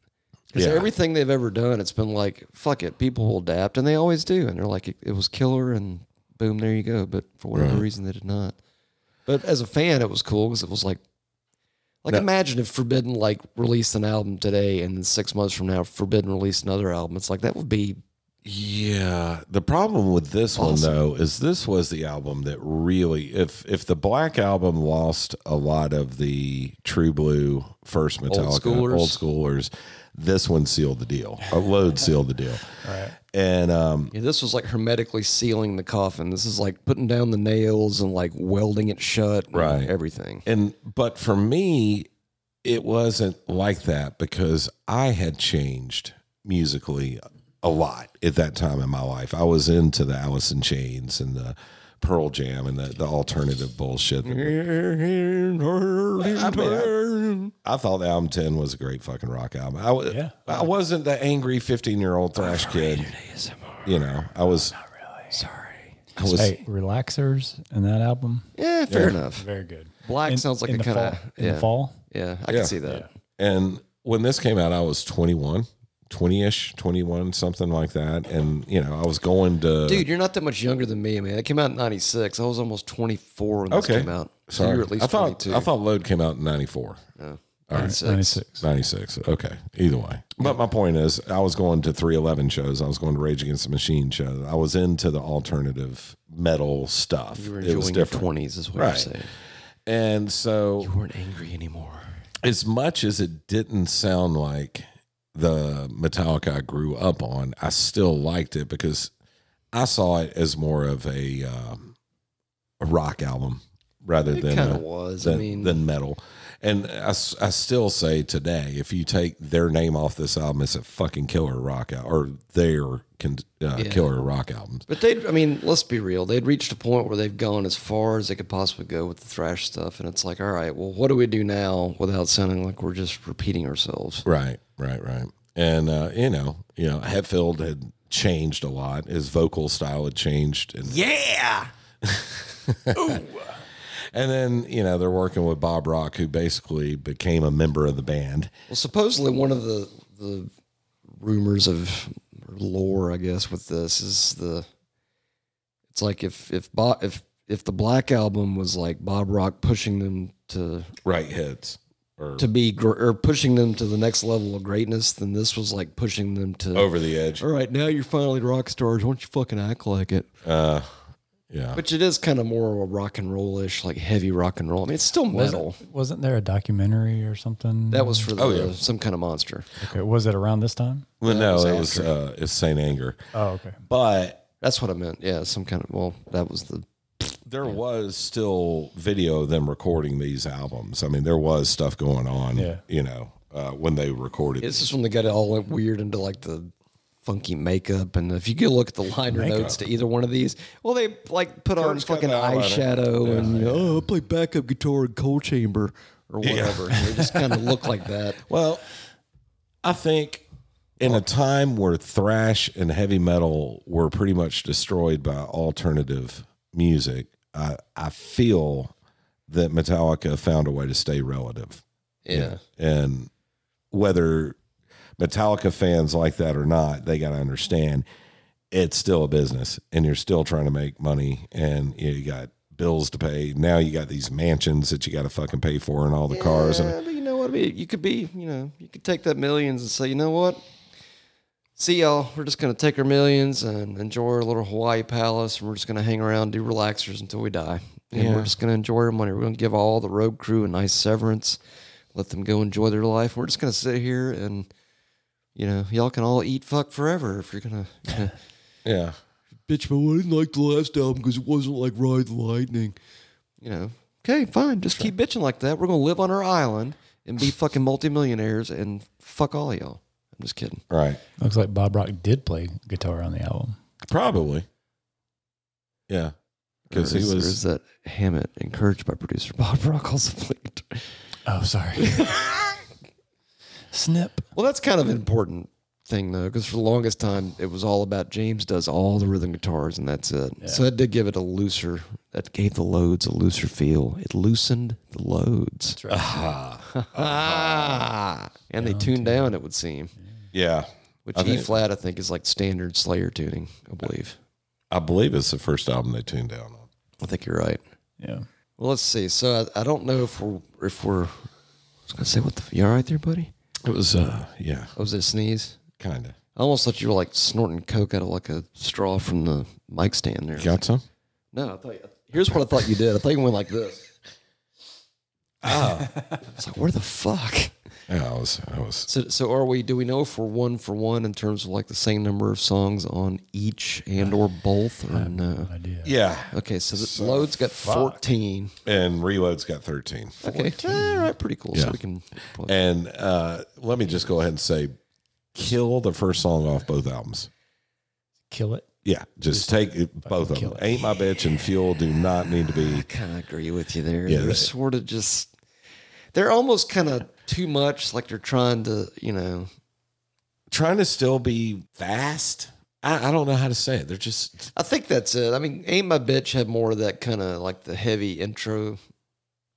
A: Because
B: Yeah.
A: everything they've ever done, it's been like, fuck it, people will adapt. And they always do. And they're like, it, it was killer and boom, there you go. But for whatever reason, they did not. But as a fan, it was cool because it was like, like imagine if Forbidden like released an album today and then six months from now, Forbidden released another album. It's like, that would be,
B: Yeah, the problem with this one though is this was the album that really, if if the Black album lost a lot of the True Blue first Metallica old
A: schoolers.
B: schoolers, this one sealed the deal. A load sealed the deal,
D: Right.
B: and um,
A: yeah, this was like hermetically sealing the coffin. This is like putting down the nails and like welding it shut. and
B: Right.
A: Everything.
B: and but for me, it wasn't like that because I had changed musically a lot at that time in my life. I was into the Alice in Chains and the Pearl Jam and the, the alternative bullshit. I, mean, I- I thought the album 10 was a great fucking rock album. I, wa-
D: Yeah.
B: I wasn't the angry 15 year old thrash kid. You know, I was,
A: Sorry.
B: I was,
D: Hey, relaxers and that album,
A: Yeah, fair enough.
D: very good.
A: Black sounds like
D: in
A: a
D: the
A: kind of
D: fall- in
A: yeah,
D: the fall.
A: yeah. I
B: Yeah.
A: can see that.
B: And when this came out, I was 21, 20 ish, 21, something like that. And, you know, I was going to.
A: Dude, you're not that much younger than me, man. It came out in '96. I was almost 24 when
B: Okay.
A: this came out. So
B: sorry.
A: you were at least
B: I thought,
A: 22.
B: I thought Load came out in 94. All right.
D: 96.
B: 96. Okay. Either way. But my point is, I was going to 311 shows. I was going to Rage Against the Machine shows. I was into the alternative metal stuff.
A: you were
B: it was
A: enjoying your
B: different.
A: 20s, is what
B: Right.
A: you're saying.
B: And so,
A: You weren't angry anymore.
B: as much as it didn't sound like the Metallica I grew up on, I still liked it because I saw it as more of a, um, a rock album rather
A: It
B: than
A: kind
B: a-
A: of was.
B: than,
A: I mean,
B: than metal. And I, s- I still say today, if you take their name off this album, it's a fucking killer rock album, or their con, uh, killer rock album.
A: But they, I mean, let's be real. They'd reached a point where they've gone as far as they could possibly go with the thrash stuff, and it's like, all right, well, what do we do now without sounding like we're just repeating ourselves?
B: Right, right, right. And uh, you know, you know, Hetfield had changed a lot. His vocal style had changed. And yeah. And then you know they're working with Bob Rock, who basically became a member of the band.
A: Well, supposedly one of the the rumors of or lore, I guess, with this is the it's like if if Bob if if the Black Album was like Bob Rock pushing them to
B: Right hits. Or
A: to be gr- or pushing them to the next level of greatness, then this was like pushing them to.
B: over the edge.
A: All right, now you're finally rock stars. Why don't you fucking act like it?
B: Uh, yeah.
A: Which it is kind of more of a rock and roll ish, like heavy rock and roll. I mean, it's still metal.
D: Wasn't, wasn't there a documentary or something?
A: That was for the,
B: Oh, yeah.
A: some kind of monster.
D: okay. Was it around this time?
B: Well, no,
A: was
B: it was
A: after.
B: uh, it's Saint Anger,
D: Oh, okay.
B: but
A: That's what I meant. Yeah, some kind of. Well, that was the.
B: there was still video of them recording these albums. I mean, there was stuff going on.
D: Yeah.
B: you know, uh, when they recorded.
A: It's just when they got it all went weird into like the funky makeup. And if you go look at the liner notes to either one of these, well, they like put
B: Kurt's got
A: on fucking
B: the eyeliner.
A: eyeshadow and, oh, I play backup guitar in Cold Chamber or whatever. They just kind of look like that.
B: Well, I think in a time where thrash and heavy metal were pretty much destroyed by alternative music, I, I feel that Metallica found a way to stay relative.
A: Yeah.
B: And whether Metallica fans like that or not, they got to understand it's still a business and you're still trying to make money and you, know, you got bills to pay. Now you got these mansions that you got to fucking pay for and all the cars. And
A: Yeah, but you know what? I mean, you could be, you know, you could take that millions and say, you know what? See y'all. We're just gonna take our millions and enjoy our little Hawaii palace, and we're just gonna hang around, do relaxers until we die. And we're just gonna enjoy our money. We're gonna give all the road crew a nice severance, let them go enjoy their life. We're just gonna sit here and, you know, y'all can all eat fuck forever if you're gonna.
B: yeah.
A: Bitch, but I didn't like the last album because it wasn't like Ride the Lightning. You know, okay, fine. Just keep bitching like that. We're going to live on our island and be fucking multimillionaires and fuck all y'all. I'm just kidding.
B: Right.
D: Looks like Bob Rock did play guitar on the album.
B: Probably. Yeah. Because
A: Or
B: he
A: is- or Is
B: was.
A: that Hammett encouraged by producer Bob Rock also played?
D: Oh, sorry. Snip.
A: Well, that's kind of an important thing, though, because for the longest time, it was all about James does all the rhythm guitars and that's it. So that did give it a looser, that gave the loads a looser feel. It loosened the loads.
D: That's right.
A: Ah, and they tuned down. It would seem,
B: Yeah.
A: which
B: I
A: E
B: think-
A: flat I think is like standard Slayer tuning. I believe.
B: I believe it's the first album they tuned down on.
A: I think you're right.
D: Yeah.
A: Well, let's see. So I, I don't know if we're if we're. I was gonna say what the. You all right there, buddy?
B: It was, uh, yeah,
A: Oh, was it a sneeze?
B: kind of.
A: I almost thought you were like snorting coke out of like a straw from the mic stand there.
B: Got some?
A: No, I thought. You, here's what I thought you did. I thought you went like this. Oh, it's like where the fuck?
B: Yeah, I was, I was.
A: So, so are we? Do we know if we're one for one in terms of like the same number of songs on each and or both or no?
D: Idea.
B: Yeah,
A: Okay, so the load's got fourteen.
B: and reload's got thirteen.
A: Okay, all right, pretty cool. So
B: Yeah.
A: we can. plug-
B: And uh, let me just go ahead and say, kill the first song off both albums.
D: Kill it.
B: Yeah, just, take it- both of them. Ain't my bitch and fuel do not need to be.
A: kind of agree with you there.
B: Yeah,
A: they're
B: they-
A: sort of just they're almost kind of too much. Like they're trying to, you know,
B: Trying to still be fast. I, I don't know how to say it. They're just
A: I think that's it. I mean, Ain't My Bitch had more of that kind of like the heavy intro.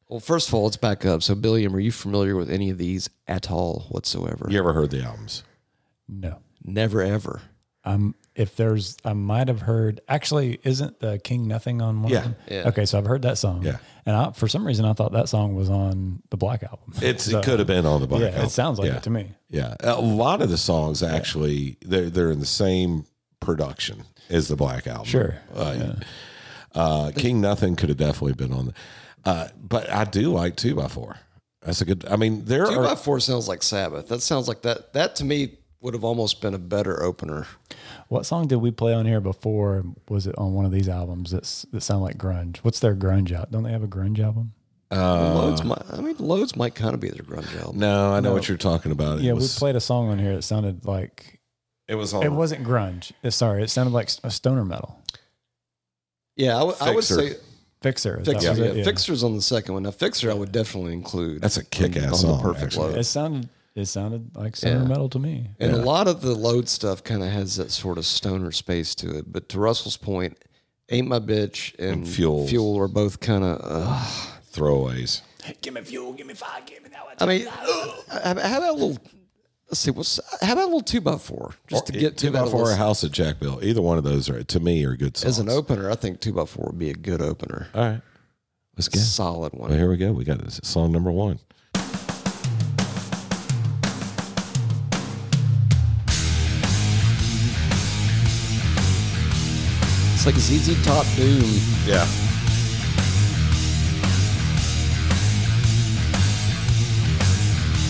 A: Well, first of all, let's back up. So, Billiam, are you familiar with any of these at all whatsoever?
B: you ever heard the albums?
D: No.
A: Never ever.
D: Um, if there's, I might have heard. Actually, isn't the King Nothing on one?
B: Yeah.
D: Of them?
A: Yeah.
D: Okay, so I've heard that song.
B: Yeah.
D: And I, for some reason, I thought that song was on the Black album.
B: It's
D: So,
B: it could have been on the black.
D: Yeah,
B: album.
D: it sounds like
B: Yeah.
D: it to me.
B: Yeah, a lot of the songs actually they're they're in the same production as the Black Album.
D: Sure.
B: Uh, uh, King Nothing could have definitely been on. The, uh, but I do like Two by Four. That's a good. I mean, there
A: Two
B: are
A: by four sounds like Sabbath. That sounds like that. That to me would have almost been a better opener.
D: What song did we play on here before? Was it on one of these albums that's, that sound like grunge? What's their grunge out? Don't they have a grunge album?
A: loads, might, I mean, loads might kind of be their grunge album.
B: uh, no. I know what you're talking about. It
D: Yeah,
B: was- Oh.
D: we played a song on here that sounded like
B: It was on.
D: it wasn't grunge. Uh, Sorry, it sounded like s- a stoner metal.
A: Yeah, I would- I would
B: Fixer.
A: say
D: Fixer. that
A: Fixer.
D: was
A: Yeah.
D: it, yeah.
A: Fixer's on the second one. Now, Fixer, I would definitely include.
B: That's a kick-ass
A: on- on
B: song,
A: The perfect
B: actually.
A: load.
D: It sounded it sounded like stoner
A: Yeah.
D: metal to me.
A: And a lot of the load stuff kind of has that sort of stoner space to it. But to Russell's point, Ain't My Bitch and,
B: And Fuel.
A: Fuel are both kind of. Uh,
B: throwaways.
A: I mean, uh, how about a little. Let's see. What's how about a little two by four just to get
B: Two
A: give
B: by
A: out a
B: Four, or
A: listen.
B: House at Jack Bill. Either one of those are to me are good songs.
A: as an opener? I think two by four would be a good opener,
B: All right, let's go.
A: solid one.
B: Well, here we go. We got this song number one.
A: It's like ZZ Top Doom.
B: Yeah.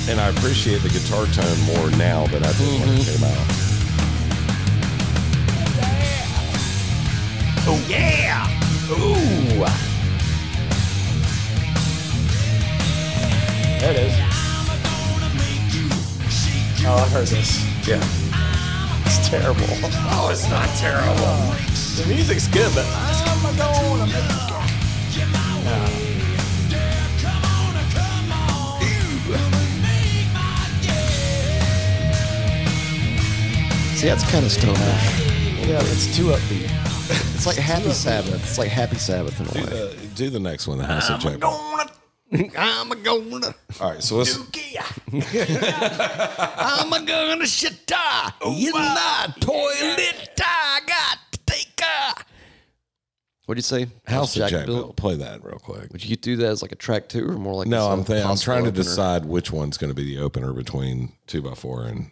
B: And I appreciate the guitar tone more now than I did when it came out.
D: There it is. Oh, I've heard this.
B: Yeah.
D: It's terrible. Oh, it's not terrible. The music's good, but I'm gonna make
A: See, that's kind of stoner.
D: Yeah, it's too upbeat.
A: It's like Happy Sabbath. It's like Happy Sabbath in a way.
B: Uh, do the next one, the House of Jack. All
A: I'm a gonna,
B: right, so let's.
A: I'm a gonna shit die in my toilet. I got to take a. What'd you say?
B: House of Jack
A: Bill?
B: Bill. Play that real quick.
A: Would you do that as like a track two or more like
B: No,
A: as a
B: I'm thinking, I'm
A: possible
B: trying to
A: opener?
B: decide which one's going to be the opener between two by four and.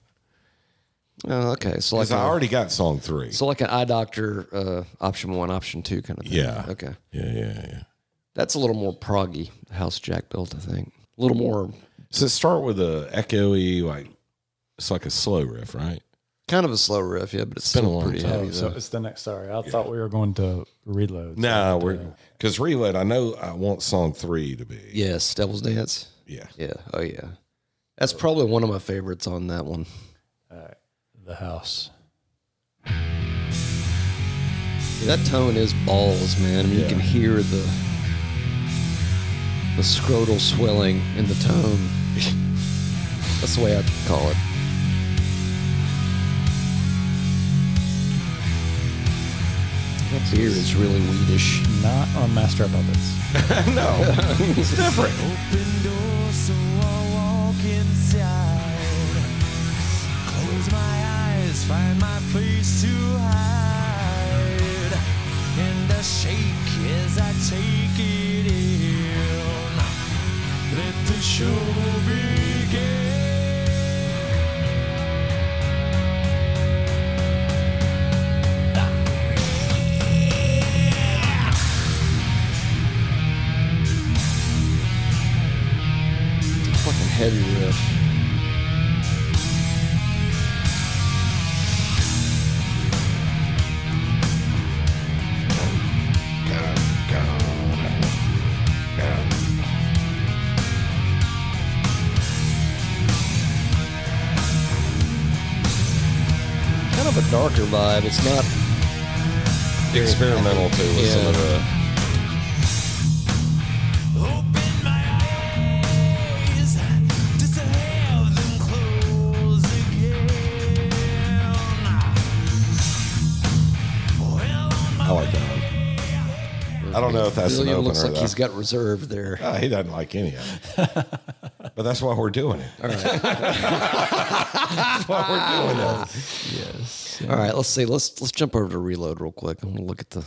A: Oh, okay, so like
B: Because I
A: a,
B: already got song three.
A: so like an eye doctor uh, option one, option two kind of thing.
B: Yeah.
A: Okay,
B: yeah, yeah, yeah.
A: that's a little more proggy. House Jack built, I think. A little more
B: So start with a echoey, like it's like a slow riff, right?
A: kind of a slow riff, yeah, but it's,
B: been a
A: still
B: long
A: pretty
B: time.
A: heavy.
D: Oh, So
A: though.
D: it's the next. Sorry, I thought we were going to reload.
B: No, we're because reload. I know I want song three to be.
A: yes, Devil's Dance.
B: Yeah.
A: Yeah. Oh yeah. That's probably one of my favorites on that one.
D: the house.
A: Yeah, that tone is balls, man. I mean, you can hear the the scrotal swelling in the tone. That's the way I call it. That beer is really weedish.
D: Not on Master of Puppets.
A: Fucking heavy riff. kind of a darker vibe. It's not
B: experimental too with some of the I like that one. I don't know if that's an
A: Billy
B: opener.
A: looks like
B: though.
A: he's got reserve there.
B: Ah, he doesn't like any of it. but that's why we're doing it.
A: All right.
B: That's why we're doing it.
A: All right. Let's see. Let's let's jump over to reload real quick. I'm gonna look at the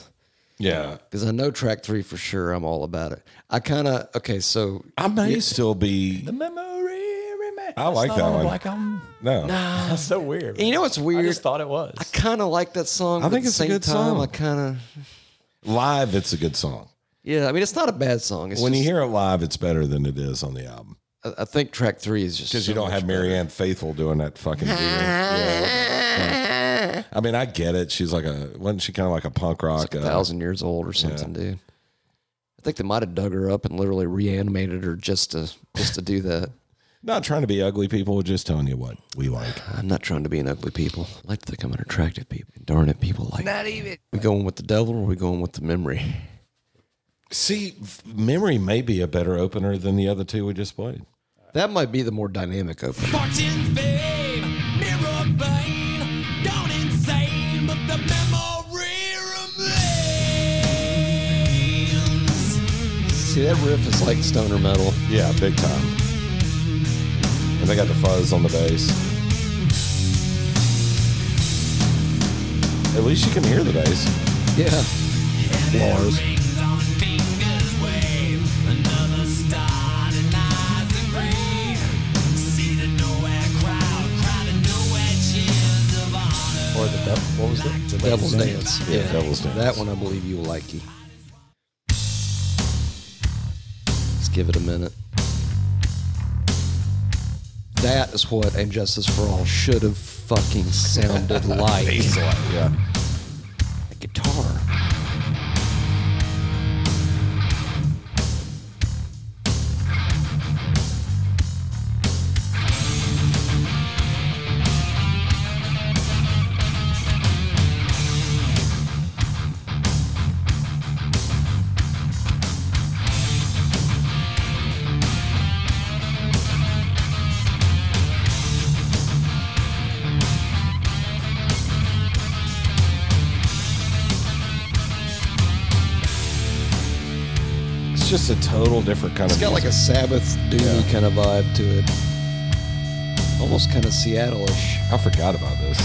B: Yeah.
A: because I know track three for sure. I'm all about it. I kind of okay. So
B: I may still be.
D: The memory remains.
B: I like
D: That's
B: that
D: not on the
B: one.
D: Black album.
B: No.
D: That's so weird.
A: you know what's
D: I
A: weird?
D: just thought it was.
A: I kind of like that song.
B: I
A: but
B: think
A: at
B: it's a
A: the same
B: good
A: time,
B: song.
A: I kind of
B: Live, it's a good song.
A: yeah. I mean, it's not a bad song. It's
B: When you
A: just-
B: hear it live, it's better than it is on the album
A: I, I think track three is just
B: because you
A: so
B: don't
A: much
B: have Marianne Faithful doing that fucking deal. Yeah. I mean, I get it. She's like a wasn't she kind of like a punk rock?
A: like a
B: uh,
A: thousand years old or something, dude. I think they might have dug her up and literally reanimated her just to just to do that.
B: not trying to be ugly, people. Just telling you what we like.
A: I'm not trying to be an ugly people. I like to think I'm an attractive people. Darn it, people like not even. We going with the devil or we going with the memory?
B: See, f- memory may be a better opener than the other two we just played.
A: That might be the more dynamic opener.
F: Fortune's fame, mirror vein, gone insane, but the memory remains.
A: See that riff is like stoner metal.
B: Yeah, big time. And they got the fuzz on the bass. At least you can hear the bass.
A: Yeah. Lars.
F: Rings on fingers wave, another star denies the grave. See the nowhere crowd, crowd of nowhere cheers of honor.
D: or the devil. What was it? The
A: Devil's Dance.
B: Yeah, Devil's Dance.
A: That one I believe you will like. Let's give it a minute. That is what And Justice for All should have fucking sounded like.
B: Yeah.
A: A guitar.
B: It's just a total different kind
A: It's
B: of
A: got like a
B: music.
A: Sabbath doomy kind of vibe to it. Almost kind of Seattle-ish.
B: I forgot about this.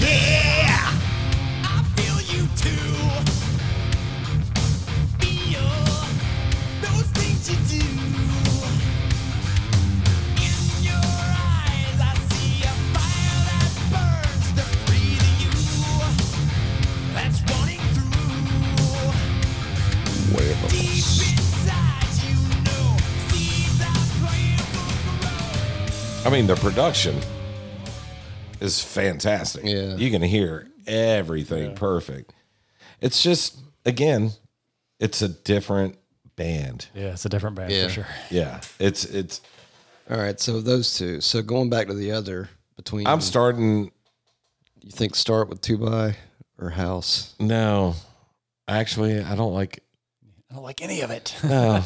F: Yeah, I feel you too. Feel those things you do. In your eyes, I see a fire that burns to free the you. That's running through. Deep inside, you know seeds are praying will grow.
B: I mean, the production is fantastic.
A: Yeah.
B: You can hear everything perfect. It's just, again, it's a different band.
D: Yeah, it's a different band
A: Yeah.
D: for sure.
B: Yeah. It's, it's,
A: All right, so those two. So going back to the other between
B: I'm starting
A: you think start with two by or house?
B: No, actually, I don't like.
D: I don't like any of it.
B: No.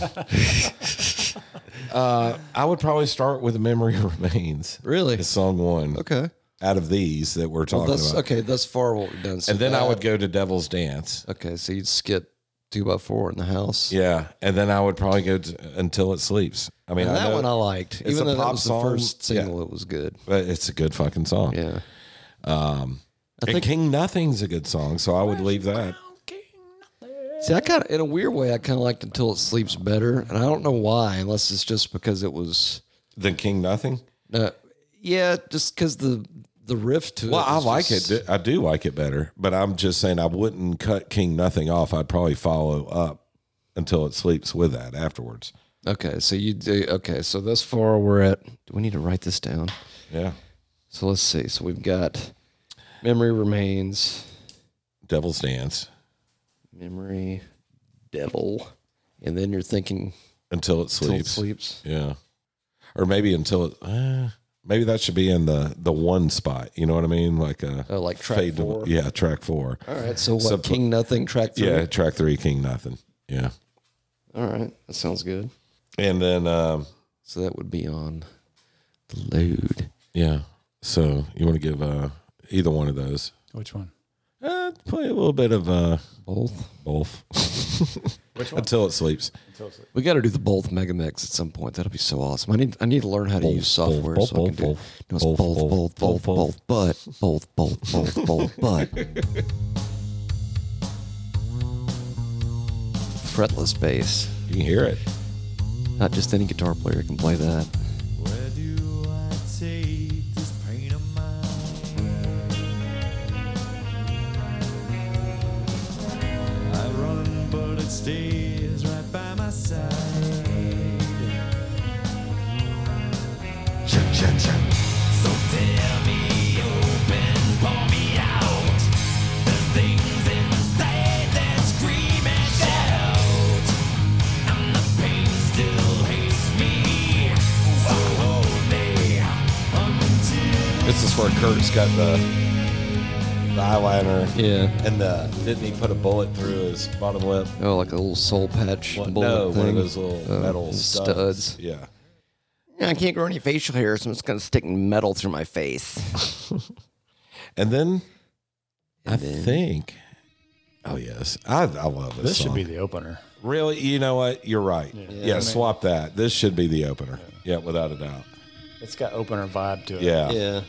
B: uh, I would probably start with "Memory Remains."
A: Really?
B: It's song one
A: Okay.
B: out of these that we're talking
A: Thus,
B: about,
A: okay, thus far what we've done. So
B: and then I
A: that-
B: would go to "Devil's Dance."
A: Okay, so you'd skip two by four in the house.
B: Yeah, and then I would probably go to "Until It Sleeps." I mean,
A: And
B: I
A: that
B: know-
A: one I liked.
B: it's a
A: Even though that
B: pop
A: was
B: song.
A: the first
B: Yeah.
A: single, it was good.
B: but it's a good fucking song.
A: Yeah. Um, I
B: And
A: think.
B: "King Nothing's" a good song, so I would leave that.
A: See, I kind of, in a weird way, I kind of liked "Until It Sleeps" better, and I don't know why, unless it's just because it was.
B: Then "King Nothing."
A: Uh, yeah, just because the the riff to
B: Well,
A: it.
B: I
A: was
B: like
A: just-
B: it. I do like it better, but I'm just saying I wouldn't cut King Nothing off. I'd probably follow up until it sleeps with that afterwards.
A: Okay, so you do. Okay, so thus far we're at. Do we need to write this down?
B: Yeah.
A: So let's see. So we've got memory remains,
B: Devil's Dance
A: memory, devil, and then you're thinking
B: until it
A: till it
B: sleeps.
A: sleeps.
B: Yeah. Or maybe until it. Uh, maybe that should be in the the one spot. You know what I mean? Like a
A: Oh, like track
B: to-
A: four?
B: yeah, track four.
A: All right. So what?
B: Sub-
A: King nothing. Track three.
B: Yeah, track three, King Nothing. Yeah,
A: All right. That sounds good.
B: and then um,
A: So that would be on the load.
B: yeah. So you want to give uh, either one of those?
D: Which one?
B: Uh, play a little bit of uh,
A: Both.
B: both until it sleeps.
A: We got to do the both megamix at some point. That'll be so awesome. I need I need to learn how to use software
B: both,
A: so I can
B: both,
A: do.
B: both,
A: no, it's
B: both,
A: both,
B: both,
A: both, both,
B: both, both.
A: both, but both, both, both, both, but. Fretless bass.
B: You can hear it.
A: Not just any guitar player can play that.
F: Where do I take this pain of mine? I run, but it stays right by my side. Chug, chug, chug. So tear me open, pour me out. The things inside that scream and shout. And the pain still hates me. So hold me until
B: This is where Kurt's got the the eyeliner.
A: Yeah.
B: And the didn't he put a bullet through his bottom lip?
A: Oh, like a little soul patch
B: Well,
A: bullet
B: no,
A: thing.
B: one of those little
A: Oh,
B: metal studs.
A: studs.
B: Yeah.
A: I can't grow any facial hair, so I'm just gonna stick metal through my face.
B: And then I
A: then-
B: think. Oh yes, I, I love this.
D: This should
B: song.
D: be the opener.
B: really. You know what? You're right. Yeah, swap that. This should be the opener. Yeah, without a doubt.
D: It's got opener vibe to it.
B: Yeah.
A: Yeah.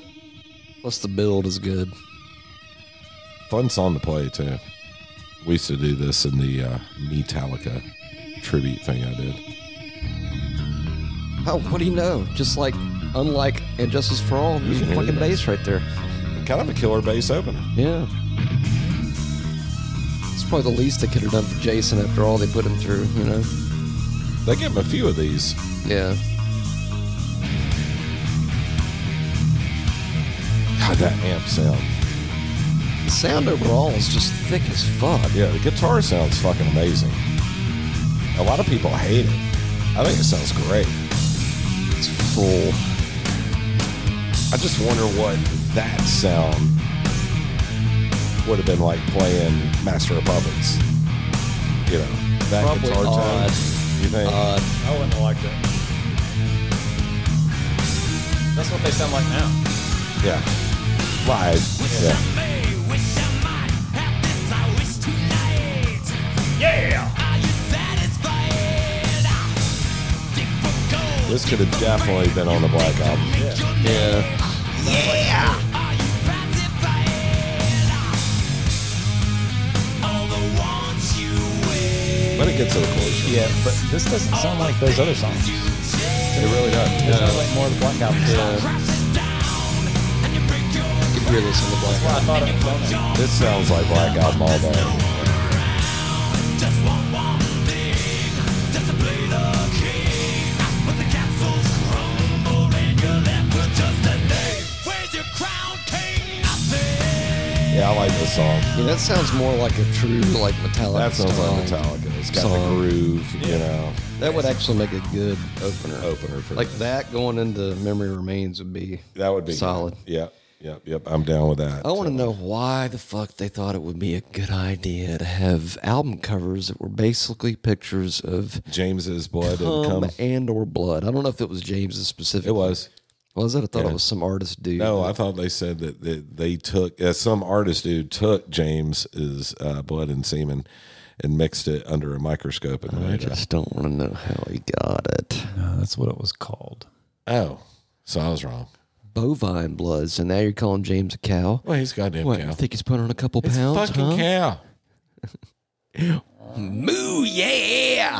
A: Plus the build is good.
B: fun song to play too. We used to do this in the uh, Metallica tribute thing I did.
A: Oh, what do you know? Just like, unlike and Justice for All, you
B: can
A: can
B: hear
A: fucking
B: the
A: bass right there.
B: Kind of a killer bass opener.
A: Yeah. It's probably the least they could have done for Jason after all they put him through, you know?
B: They give him a few of these.
A: Yeah.
B: God, that amp sound.
A: The sound overall is just thick as fuck.
B: Yeah, the guitar sounds fucking amazing. A lot of people hate it. I think it sounds great.
A: It's full.
B: I just wonder what that sound would have been like playing Master of Puppets. You know, that
A: Probably
B: guitar
A: odd.
B: tone. You think?
A: Uh,
D: I wouldn't have liked it. That's what they sound like now.
B: yeah. Live. Yeah. This could have definitely been on the Black Album.
A: yeah.
B: But it gets to the closure.
D: Yeah, but this doesn't sound like those other songs. It
B: It really does.
D: sounds like more of the Black Album.
A: You can hear this on the black.
D: I thought it was on there.
B: This sounds like Black Album all day. Yeah, I like this song.
A: Yeah, that sounds more like a true, like, Metallica
B: That sounds
A: style.
B: like Metallica. It's got the
A: Song.
B: groove, you know.
A: That would actually make a good opener.
B: Opener for
A: Like
B: this.
A: that going into Memory Remains would be
B: That would be
A: solid.
B: Yep, yep, yep. I'm down with that.
A: I want to know why the fuck they thought it would be a good idea to have album covers that were basically pictures of
B: James's blood
A: cum
B: and cum.
A: and or blood. I don't know if it was James's specific.
B: It was.
A: Was it? I thought
B: Yeah.
A: it was some artist dude.
B: No, I thought they said that they, they took uh, some artist dude took James's uh, blood and semen and mixed it under a microscope and
A: I
B: made a-
A: just don't want to know how he got it.
D: No, Uh, that's what it was called.
B: Oh, so I was wrong.
A: Bovine blood. So now you're calling James a cow?
B: Well, he's goddamn
A: What?
B: cow.
A: You think he's put on a couple
B: It's
A: pounds?
B: fucking
A: huh?
B: cow.
A: Moo, yeah.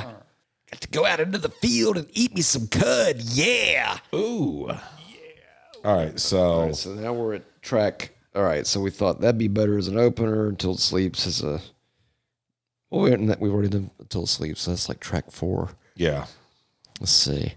A: Got to go out into the field and eat me some cud, yeah.
B: Ooh. All right, so
A: All right, so now we're at track. All right, so we thought that'd be better as an opener. Until it sleeps as a. Well, we haven't, we've already done until it sleeps. So that's like track four.
B: yeah,
A: Let's see.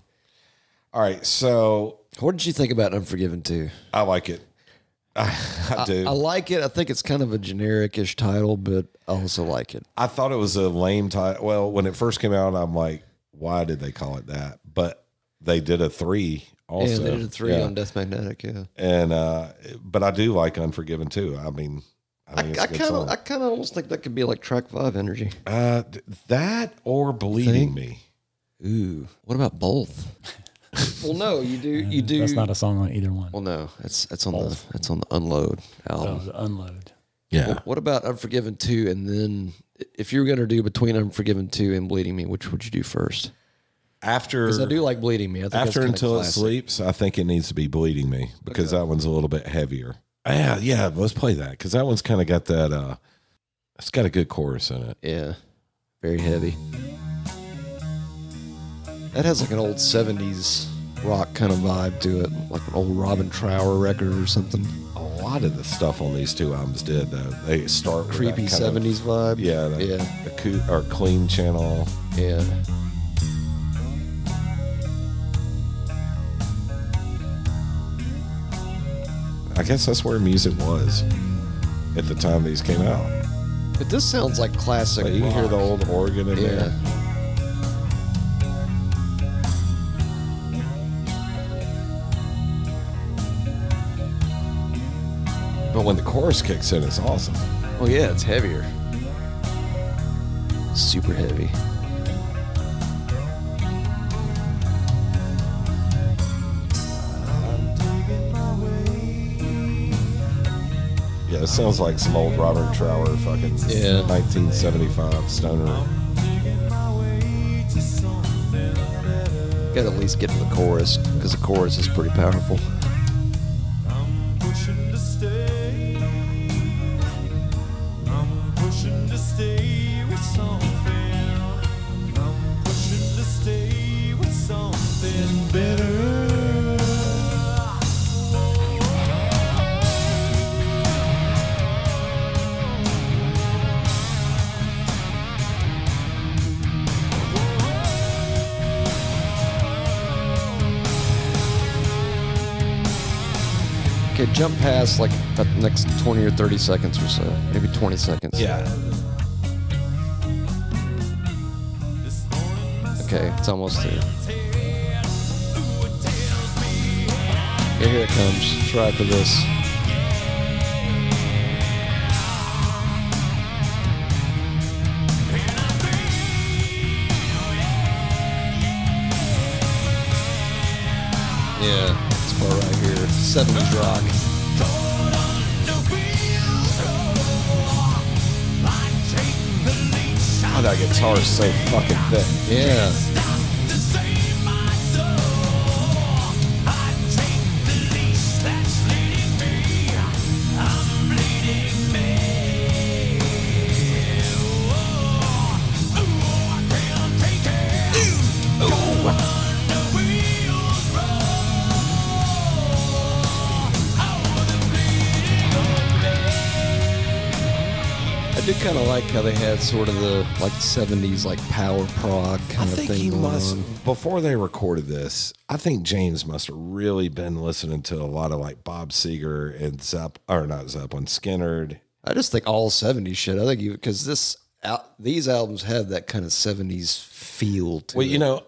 B: All right, so
A: What did you think about Unforgiven 2?
B: I like it. I, I do.
A: I like it. I think it's kind of a generic-ish title, but I also like it.
B: I thought it was a lame title. Well, when it first came out, I'm like, why did they call it that? But they did a three also.
A: yeah, they did a three
B: Yeah.
A: on Death Magnetic, yeah.
B: And uh, but I do like Unforgiven too. I mean, I
A: I
B: mean, it's a good
A: kind of,
B: song.
A: I kind of almost think that could be like track five energy.
B: uh, d- that or bleeding me.
A: Ooh, what about both? well, no, you do, you do.
D: That's not a song on either one.
A: well, no, that's that's on
D: Both.
A: the that's on the Unload
D: Oh,
A: album.
D: the unload.
B: Yeah,
A: What about Unforgiven two, and then if you were gonna do between Unforgiven two and Bleeding Me, which would you do first?
B: after
A: Because I do like Bleeding Me. I think that's
B: after
A: kinda
B: until it
A: classic.
B: sleeps, I think it needs to be bleeding me because that one's a little bit heavier. Yeah, yeah, let's play that because that one's kind of got that. uh It's got a good chorus in it.
A: Yeah, very heavy. That has like an old '70s rock kind of vibe to it, like an old Robin Trower record or something.
B: A lot of the stuff on these two albums did though. They start with
A: Creepy
B: that kind of-
A: '70s vibe.
B: yeah, that,
A: yeah,
B: acou- or clean channel.
A: yeah.
B: I guess that's where music was at the time these came out.
A: But this sounds like classic.
B: Like you can hear
A: rock.
B: the old organ in
A: Yeah.
B: there. But when the chorus kicks in, it's awesome.
A: Oh yeah, it's heavier. Super heavy.
B: Yeah, it sounds like some old Robert Trower fucking
A: Yeah.
B: 1975 stoner.
A: Got to at least get to the chorus because the chorus is pretty powerful. Okay, jump past like the next 20 or 30 seconds or so, maybe 20 seconds.
B: Yeah.
A: Okay, it's almost there. Yeah, here it comes. Try it for this. Yeah, this part right here. 70s rock.
B: God, that guitar is so fucking thick.
A: Yeah. I do kind of like how they had sort of the like 70s like power prog
B: I
A: kind of
B: think
A: thing.
B: he
A: going
B: must
A: on.
B: before they recorded this. I think James must have really been listening to a lot of like Bob Seger and Zepp or not Zeppelin, Skinnerd.
A: I just think all 70s shit. I think you because this out these albums have that kind of 70s feel to
B: Well,
A: it.
B: you know,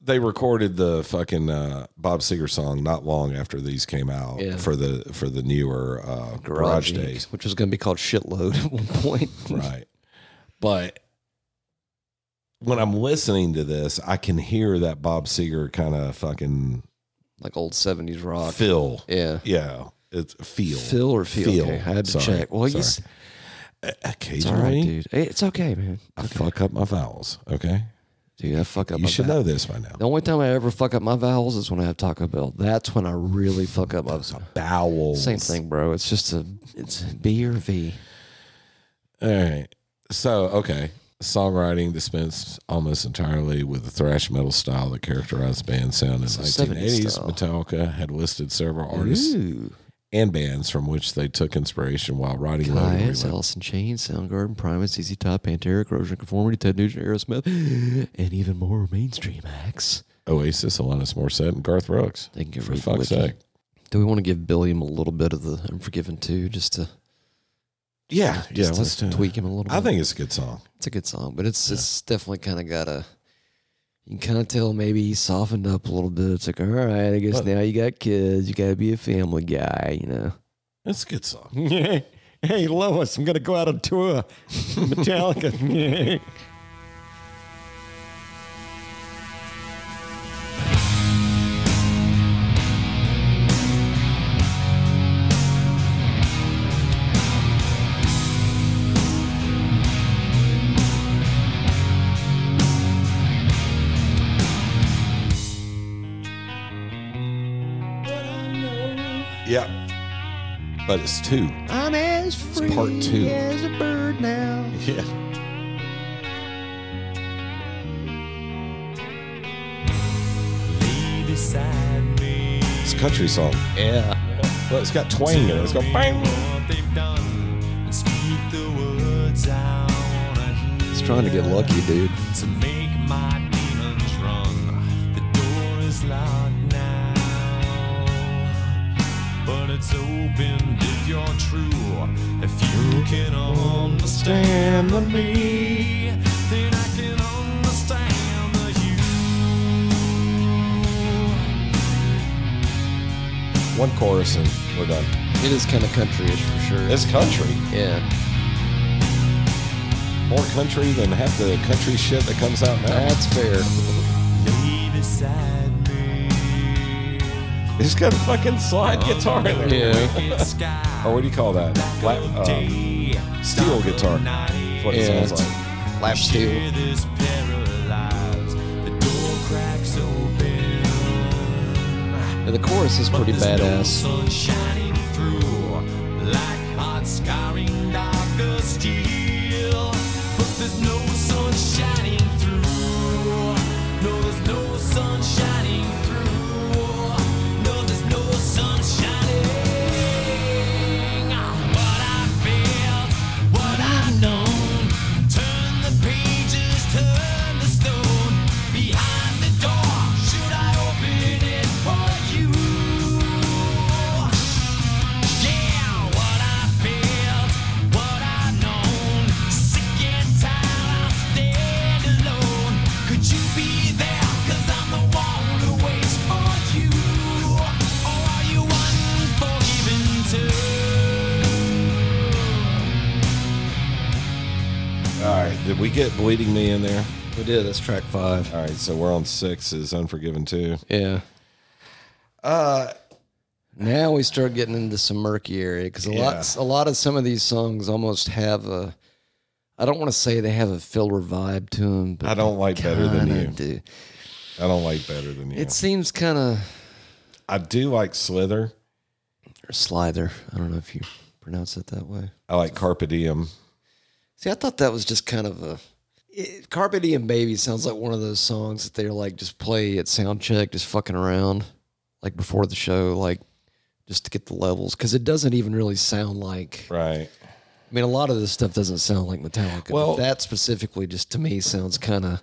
B: they recorded the fucking uh, Bob Seger song not long after these came out
A: Yeah.
B: for the for the newer uh, Garage
A: Inc.,
B: Days,
A: which was going to be called Shitload at one point.
B: right? But when I'm listening to this, I can hear that Bob Seger kind of fucking
A: like old 70s rock.
B: fill.
A: Yeah.
B: Yeah, it's feel.
A: Phil or feel? Okay, I had to
B: Sorry,
A: check. Well, you s-
B: sorry. O-
A: it's
B: E, occasionally
A: all right, dude. Hey, It's okay, man.
B: I fuck up my vowels. Okay,
A: Dude, I fuck up
B: you
A: my
B: should
A: vowel.
B: know this by now.
A: The only time I ever fuck up my vowels is when I have Taco Bell. That's when I really fuck up my
B: Bowels.
A: Same thing, bro. It's just a it's B or V.
B: All right. So okay, songwriting dispensed almost entirely with the thrash metal style that characterized band sound in the
A: a 70s
B: 1980s.
A: style.
B: Metallica had listed several artists
A: Ooh.
B: and bands from which they took inspiration while writing. Load and
A: Clients,
B: Reload.
A: Alice in Chains, Soundgarden, Primus, ZZ Top, Pantera, Corrosion of Conformity, Ted Nugent, Aerosmith, and even more mainstream acts.
B: Oasis, Alanis Morissette, and Garth Brooks.
A: They can get
B: For
A: rid of
B: fuck's
A: Wiki.
B: sake.
A: Do we want to give Billiam a little bit of the Unforgiven too, just to
B: Yeah, yeah.
A: just to
B: Let's do
A: tweak
B: tweak.
A: him a little?
B: I
A: bit?
B: think it's a good song.
A: it's a good song, but it's it's definitely kind of got a. You can kind of tell maybe he softened up a little bit. It's like, all right, I guess
B: But-
A: now you got kids, you got to be a family guy, you know.
B: It's a good song.
A: hey Lois, I'm gonna go out on tour. Metallica.
B: Yeah, but it's two.
A: I'm as free
B: part two.
A: as a bird now.
B: Yeah. It's a country song.
A: Yeah.
B: Well, it's got twang in it. It's got bang.
A: He's trying to get lucky, dude.
F: To make my demons run, the door is locked now. But it's open if you're true. If you can understand the me, then I can understand the you.
B: One chorus and we're done.
A: It is kind of countryish for sure.
B: It's country.
A: yeah.
B: More country than half the country shit that comes out now.
A: That's fair.
F: Lay beside me.
B: It's got a fucking slide guitar in there.
A: Oh, Yeah.
F: It's sky.
B: Or what do you call that? Flat,
F: of
B: uh,
F: day,
B: steel
F: dark of
B: guitar.
F: night.
B: That's what it
A: Yeah.
B: sounds like.
A: Lap steel.
F: It is paralyzed. The door cracks open.
A: And the chorus is pretty
F: There's no
A: badass.
F: sun shining through like hot scarring darker steel. But there's no sun shining through. No, there's no sun shining through. No, there's no sun shining. What I felt, what I've known. Turn the pages, turn the stone. Behind the door, should I open it for you? Yeah, what I felt, what I've known. Sick and tired, I stand alone. Could you be there? Cause I'm the one who waits for you. Or are you unforgiven too?
B: All right. Did we get Bleeding Me in there?
A: We did. That's track five.
B: All right. So we're on six is Unforgiven too.
A: Yeah. Uh, now we start getting into some murky area because a lot, a lot of some of these songs almost have a. I don't want to say they have a filler vibe to them, but
B: I don't
A: they
B: like Better Than
A: kinda
B: You.
A: do.
B: I don't like Better Than You.
A: It seems kind of
B: I do like Slither.
A: slither. I don't know if you pronounce it that way.
B: I like Carpe Diem.
A: See, I thought that was just kind of a. It, Carpe Diem Baby sounds like one of those songs that they're like just play at sound check, just fucking around, like before the show, like just to get the levels. Because it doesn't even really sound like.
B: Right.
A: I mean, a lot of this stuff doesn't sound like Metallica. Well,
B: Well-
A: that specifically just to me sounds kind of.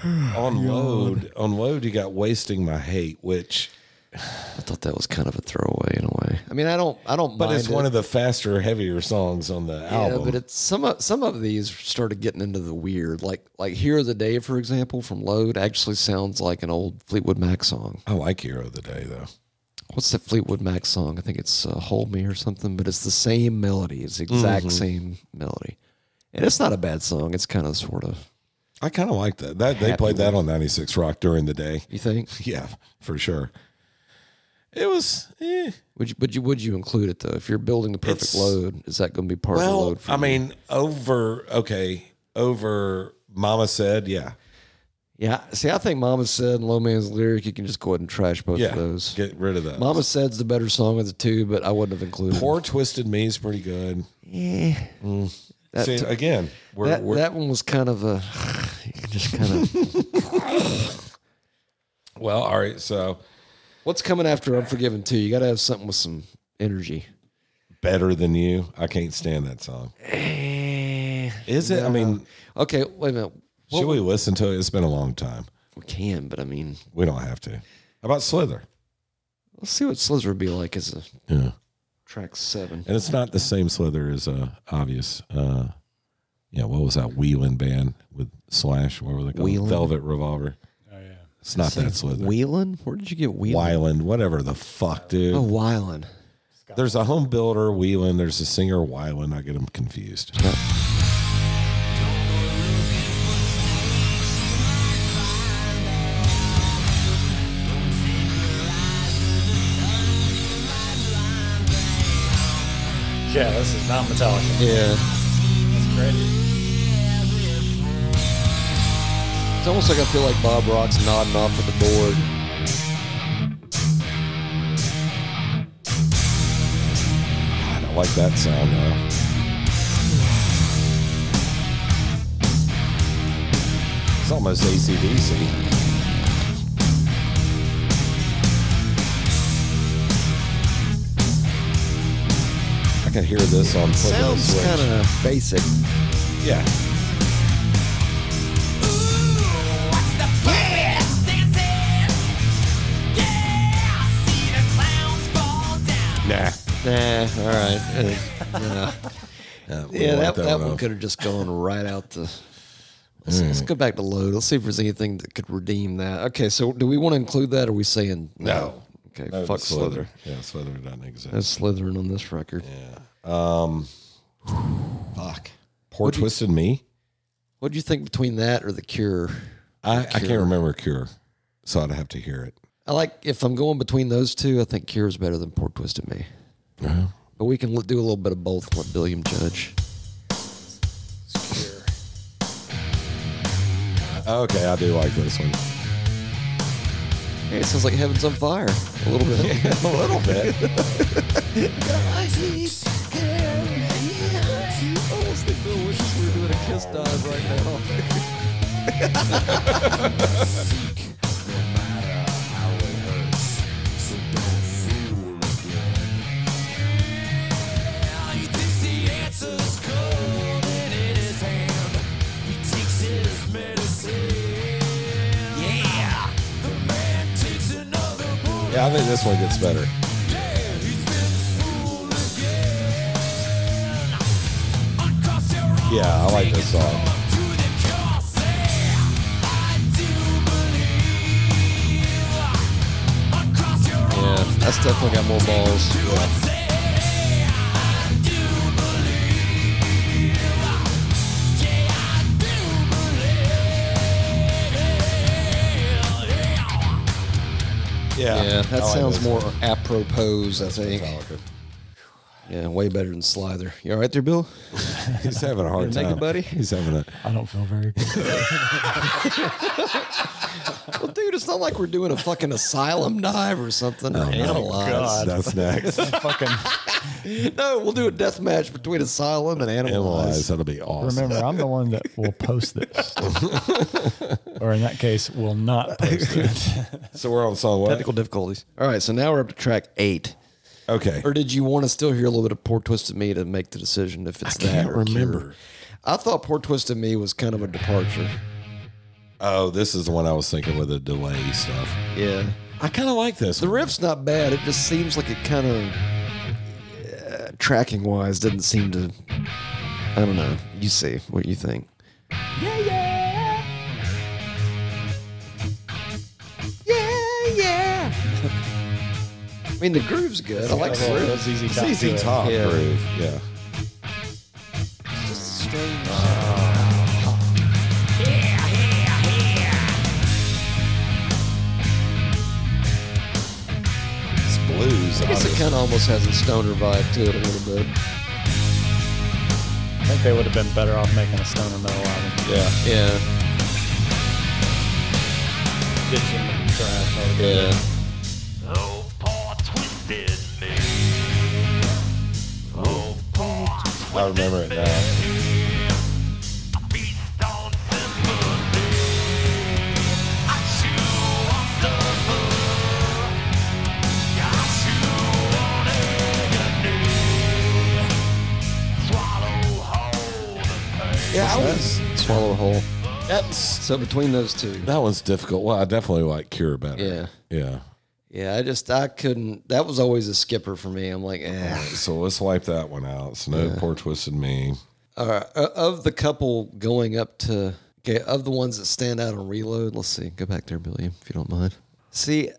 B: on load on load you got wasting my hate which
A: I thought that was kind of a throwaway in a way. I mean, I don't, I don't.
B: but
A: mind
B: it's
A: it.
B: one of the faster heavier songs on the
A: Yeah,
B: album
A: but it's some of some of these started getting into the weird. Like like Here of the Day, for example, from Load actually sounds like an old Fleetwood Mac song.
B: i like hero of the day though
A: What's that Fleetwood Mac song? I think it's uh, Hold Me or something, but it's the same melody. It's the exact
B: Mm-hmm.
A: same melody. And it's not a bad song. It's kind of sort of,
B: i kind of like that that they
A: Happy
B: played that on 96 rock during the day
A: you think?
B: yeah for sure it was eh.
A: Would you, would you would you include it though? If you're building the perfect
B: It's-
A: load, is that going to be part of the
B: well
A: load for
B: i
A: you?
B: mean over okay over mama said yeah
A: Yeah, see I think Mama Said and Low Man's Lyric, you can just go ahead and trash both
B: yeah
A: of those.
B: get rid of that
A: Mama Said's the better song of the two, but I wouldn't have included
B: poor twisted me is pretty good Mm.
A: That
B: See,
A: t-
B: again we're,
A: that,
B: we're
A: that one was kind of a just kind of
B: well all right so
A: what's coming after unforgiven too you gotta have something with some energy
B: better than you i can't stand that song Is it? I mean,
A: okay wait a minute
B: should we listen to it? It's been a long time.
A: We can, but I mean,
B: We don't have to. How about Slither?
A: let's see what Slither would be like as a
B: Yeah.
A: track seven.
B: And it's not the same Slither as uh, obvious. Uh, yeah, what was that Wheelan band with Slash? What were they called?
A: Whelan?
B: Velvet Revolver.
D: Oh yeah.
B: It's not that Slither.
A: Whelan? Where did you get Whelan?
B: Wyland, whatever the fuck, dude.
A: Oh, Wylan.
B: There's a home builder, Wheelan. There's a singer, Wyland. I get them confused.
D: Yeah, this is not Metallica.
A: Yeah.
D: That's great.
A: It's almost like I feel like Bob Rock's nodding off at the board.
B: I don't like that sound though. It's almost ACDC. I can hear this on Foothill
A: Sounds
B: Switch.
A: kind of basic.
B: yeah. Nah.
A: Nah, all right. Uh,
B: Uh, we
A: yeah,
B: don't
A: that,
B: like
A: that, one,
B: off.
A: could have just gone right out the. Let's, let's go back to load. Let's see if there's anything that could redeem that. Okay, so do we want to include that? Or are we saying no? Okay,
B: No,
A: fuck
B: the
A: Slither.
B: Yeah, Slither doesn't exist.
A: That's Slithering on this record.
B: fuck. Poor Twisted Me.
A: What do you think between that or The Cure?
B: I, I can't remember Cure, so I'd have to hear it.
A: I like if I'm going between those two. I think Cure is better than Poor Twisted Me. But we can l- do a little bit of both. Let Billiam judge.
B: Okay, I do like this one.
A: Hey, it sounds like Heaven's on Fire a little bit.
B: A little bit. Yeah, I think this one gets better. Yeah, I like this song.
A: Yeah, that's definitely got more balls.
B: Yeah,
A: Yeah, that sounds more apropos, I think. Yeah, way better than Slither. You all right there, Bill?
B: He's having a hard
A: You're naked,
B: time,
A: buddy?
B: He's having a.
D: I don't feel very good.
A: Well, dude, it's not like we're doing a fucking asylum dive or something. or Animalize.
D: God.
B: That's next.
D: Fucking
A: No, we'll do a death match between asylum and
B: Analyze.
A: animalize.
B: That'll be awesome.
D: remember, I'm the one that will post this, or in that case, will not post it.
B: So we're on song what?
A: Technical difficulties. All right, so now we're up to track eight.
B: Okay.
A: Or did you want to still hear a little bit of Poor Twisted Me to make the decision if it's that?
B: can't
A: or Cure?
B: remember.
A: I thought Poor Twisted Me was kind of a departure.
B: Oh, this is the one I was thinking with the delay stuff.
A: Yeah.
B: I kind of like this.
A: The riff's not bad. It just seems like it kind of uh, tracking wise didn't seem to. I don't know. You see what you think. Yeah, yeah. Yeah, yeah. I mean, the groove's good. I like the groove.
D: That's easy.
B: It's easy top
A: Yeah.
B: groove. Yeah.
A: It's just strange.
B: It's blues.
A: I guess it
B: obviously.
A: kind of almost has a stoner vibe to it a little bit.
D: I think they would have been better off making a Stone and Metal album.
B: Yeah.
A: Yeah,
D: Ditching the trash. altogether.
A: yeah.
F: Oh, poor twisted me. Oh, poor twisted
B: I remember it now.
F: me. I feast on sympathy. I chew on suffer. I chew on agony. Swallow whole the pain.
A: Yeah, I was swallow a hole.
B: That's
A: So between those two,
B: that one's difficult. Well, I definitely like Cure better.
A: Yeah.
B: yeah.
A: yeah, I just I couldn't. That was always a skipper for me. I'm like, eh.
B: So let's wipe that one out. So no poor twisted me.
A: All right. o- Of the couple going up to, okay, of the ones that stand out on reload, let's see. Go back there, Billy, if you don't mind. See,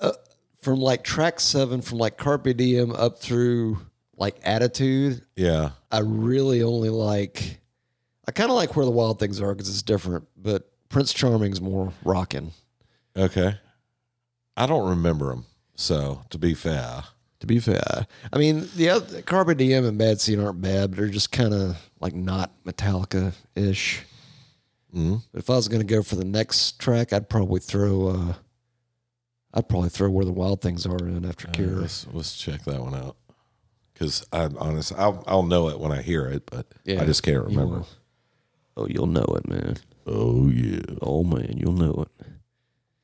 A: uh, from like track seven, from like Carpe Diem up through like Attitude,
B: Yeah,
A: I really only like, I kind of like where the wild things are because it's different, but Prince Charming's more rocking.
B: okay. I don't remember them. So to be fair,
A: To be fair, I mean the other, Carpe Diem and Bad Seed aren't bad, but they're just kind of like not Metallica ish.
B: Mhm.
A: But if I was gonna go for the next track, I'd probably throw uh, I'd probably throw Where the Wild Things Are in after
B: uh,
A: Cure.
B: let's, let's check that one out. Because I'm honest, I'll, I'll know it when I hear it, but
A: Yeah.
B: I just can't
A: You
B: remember.
A: will. Oh, you'll know it, man.
B: Oh yeah.
A: Oh man, you'll know it.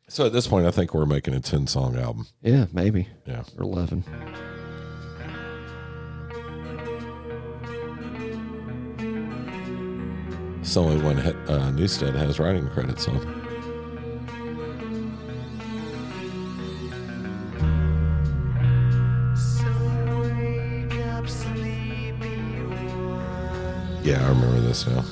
B: So at this point, I think we're making a ten song album.
A: Yeah, maybe
B: Yeah.
A: or eleven.
B: It's the only one he- uh, Newstead has writing credits on. Yeah, I remember this now.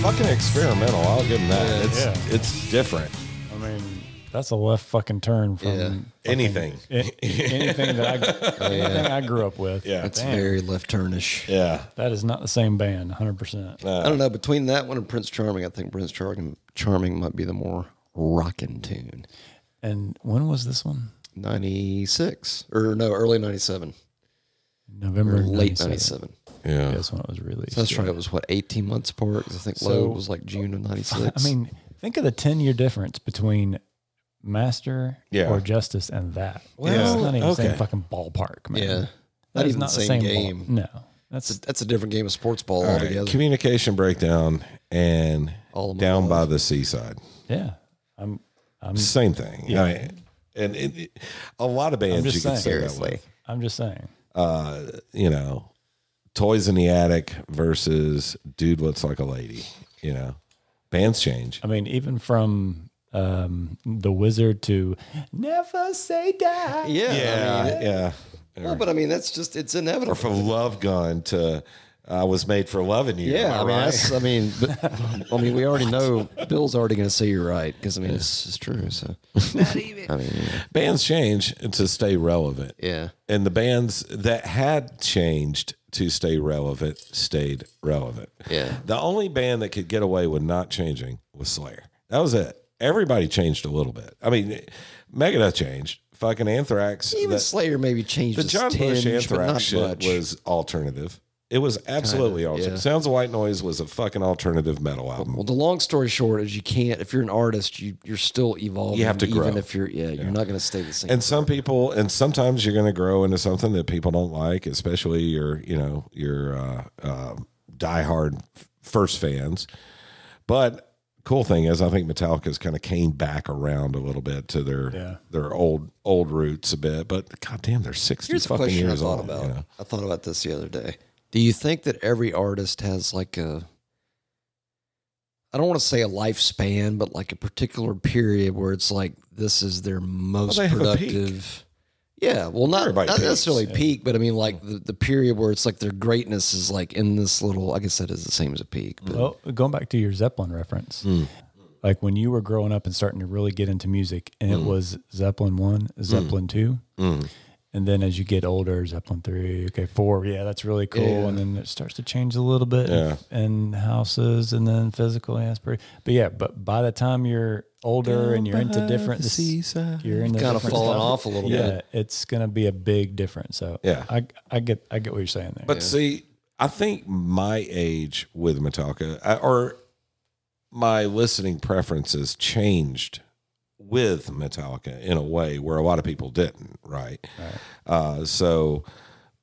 B: Fucking experimental. I'll give them that. It's
D: Yeah.
B: it's different.
D: I mean, that's a left fucking turn from
A: Yeah. Oh,
D: fucking-
B: Anything.
D: a- anything that I anything I grew up with.
B: Yeah.
A: That's
D: Damn.
A: very left turnish.
B: Yeah.
D: That is not the same band, 100%.
A: I don't know. Between that one and Prince Charming, I think Prince Charming Charming might be the more rocking tune.
D: And when was this one?
A: 96 or no early 97
D: November
A: or late
D: 97.
A: 97
B: Yeah.
D: That's when it was released.
A: so that's right it was what 18 months apart 'Cause i think
D: So-
A: load was like june of 96
D: I mean, think of the 10 year difference between Master
B: Yeah.
D: or Justice and that.
A: Well,
D: it's not even the
B: okay.
D: same fucking ballpark, man.
A: yeah
D: That
A: not
D: is
A: even
D: not
A: the
D: the
A: same
D: same ball-
A: game.
D: No. That's
A: It's a- that's a different game of sports ball
B: All right,
A: altogether
B: Communication breakdown and
A: All of my
B: down
A: love.
B: by the seaside.
D: yeah. I'm I'm
B: Same thing. Yeah. and it, a lot of bands
D: just
B: you can
D: saying.
B: say that
A: Seriously.
B: with.
D: I'm just saying.
B: Uh, you know, Toys in the Attic versus Dude Looks Like a Lady. You know, bands change.
D: I mean, even from um the wizard to never say die.
A: yeah I mean,
B: yeah.
A: well, but i mean that's just it's
B: Or
A: inevitable
B: from Love Gun to I was made for loving you.
A: yeah,
B: am
A: I
B: I
A: mean,
B: right?
A: that's, I mean, but, I mean, we already know Bill's already going to say you're right because I mean, it's, it's true. So, I mean, yeah.
B: bands change to stay relevant.
A: yeah,
B: and the bands that had changed to stay relevant stayed relevant.
A: Yeah.
B: The only band that could get away with not changing was Slayer. That was it. Everybody changed a little bit. I mean, Megadeth changed. Fucking Anthrax.
A: even
B: that-
A: Slayer maybe changed
B: the
A: his
B: John
A: tinge,
B: Bush
A: but not
B: Anthrax shit
A: much.
B: was alternative. It was absolutely alternative.
A: yeah.
B: Sounds of White Noise was a fucking alternative metal album.
A: Well, the long story short is you can't. If you're an artist, you you're still evolving.
B: You have to
A: Even
B: grow.
A: if you're, yeah, you're not going to stay the same.
B: and some people and sometimes you're going to grow into something that people don't like especially your you know your uh, uh, diehard f- first fans but cool thing is i think metallica's kind of came back around a little bit to their
D: Yeah.
B: their old old roots a bit but goddamn they're 60
A: here's a
B: fucking
A: question I
B: years
A: thought
B: old
A: about.
B: you know?
A: I thought about this the other day. Do you think that every artist has like a I don't want to say a lifespan, but like a particular period where it's like this is their most
B: they have a peak.
A: productive. Yeah, well, not,
B: Everybody
A: not
B: peaks,
A: necessarily peak, but I mean, like the, the period where it's like their greatness is like in this little. I guess that is the same as a peak. But
D: Well, going back to your Zeppelin reference,
A: Hmm.
D: like when you were growing up and starting to really get into music, and
A: Hmm.
D: it was Zeppelin one, Zeppelin two, and then as you get older, Zeppelin three, okay, four, yeah, that's really cool, and then it starts to change a little bit,
B: Yeah.
D: and houses, and then physical aspirate, but yeah, but by the time you're older and you're into different, you're into
A: kind of
D: different
A: falling
D: stuff,
A: off a little
D: Yeah,
A: bit.
D: it's gonna be a big difference. So
B: Yeah.
D: I I get I get what you're saying there.
B: But see, I think my age with Metallica I, or my listening preferences changed with Metallica in a way where a lot of people didn't, right? Uh, so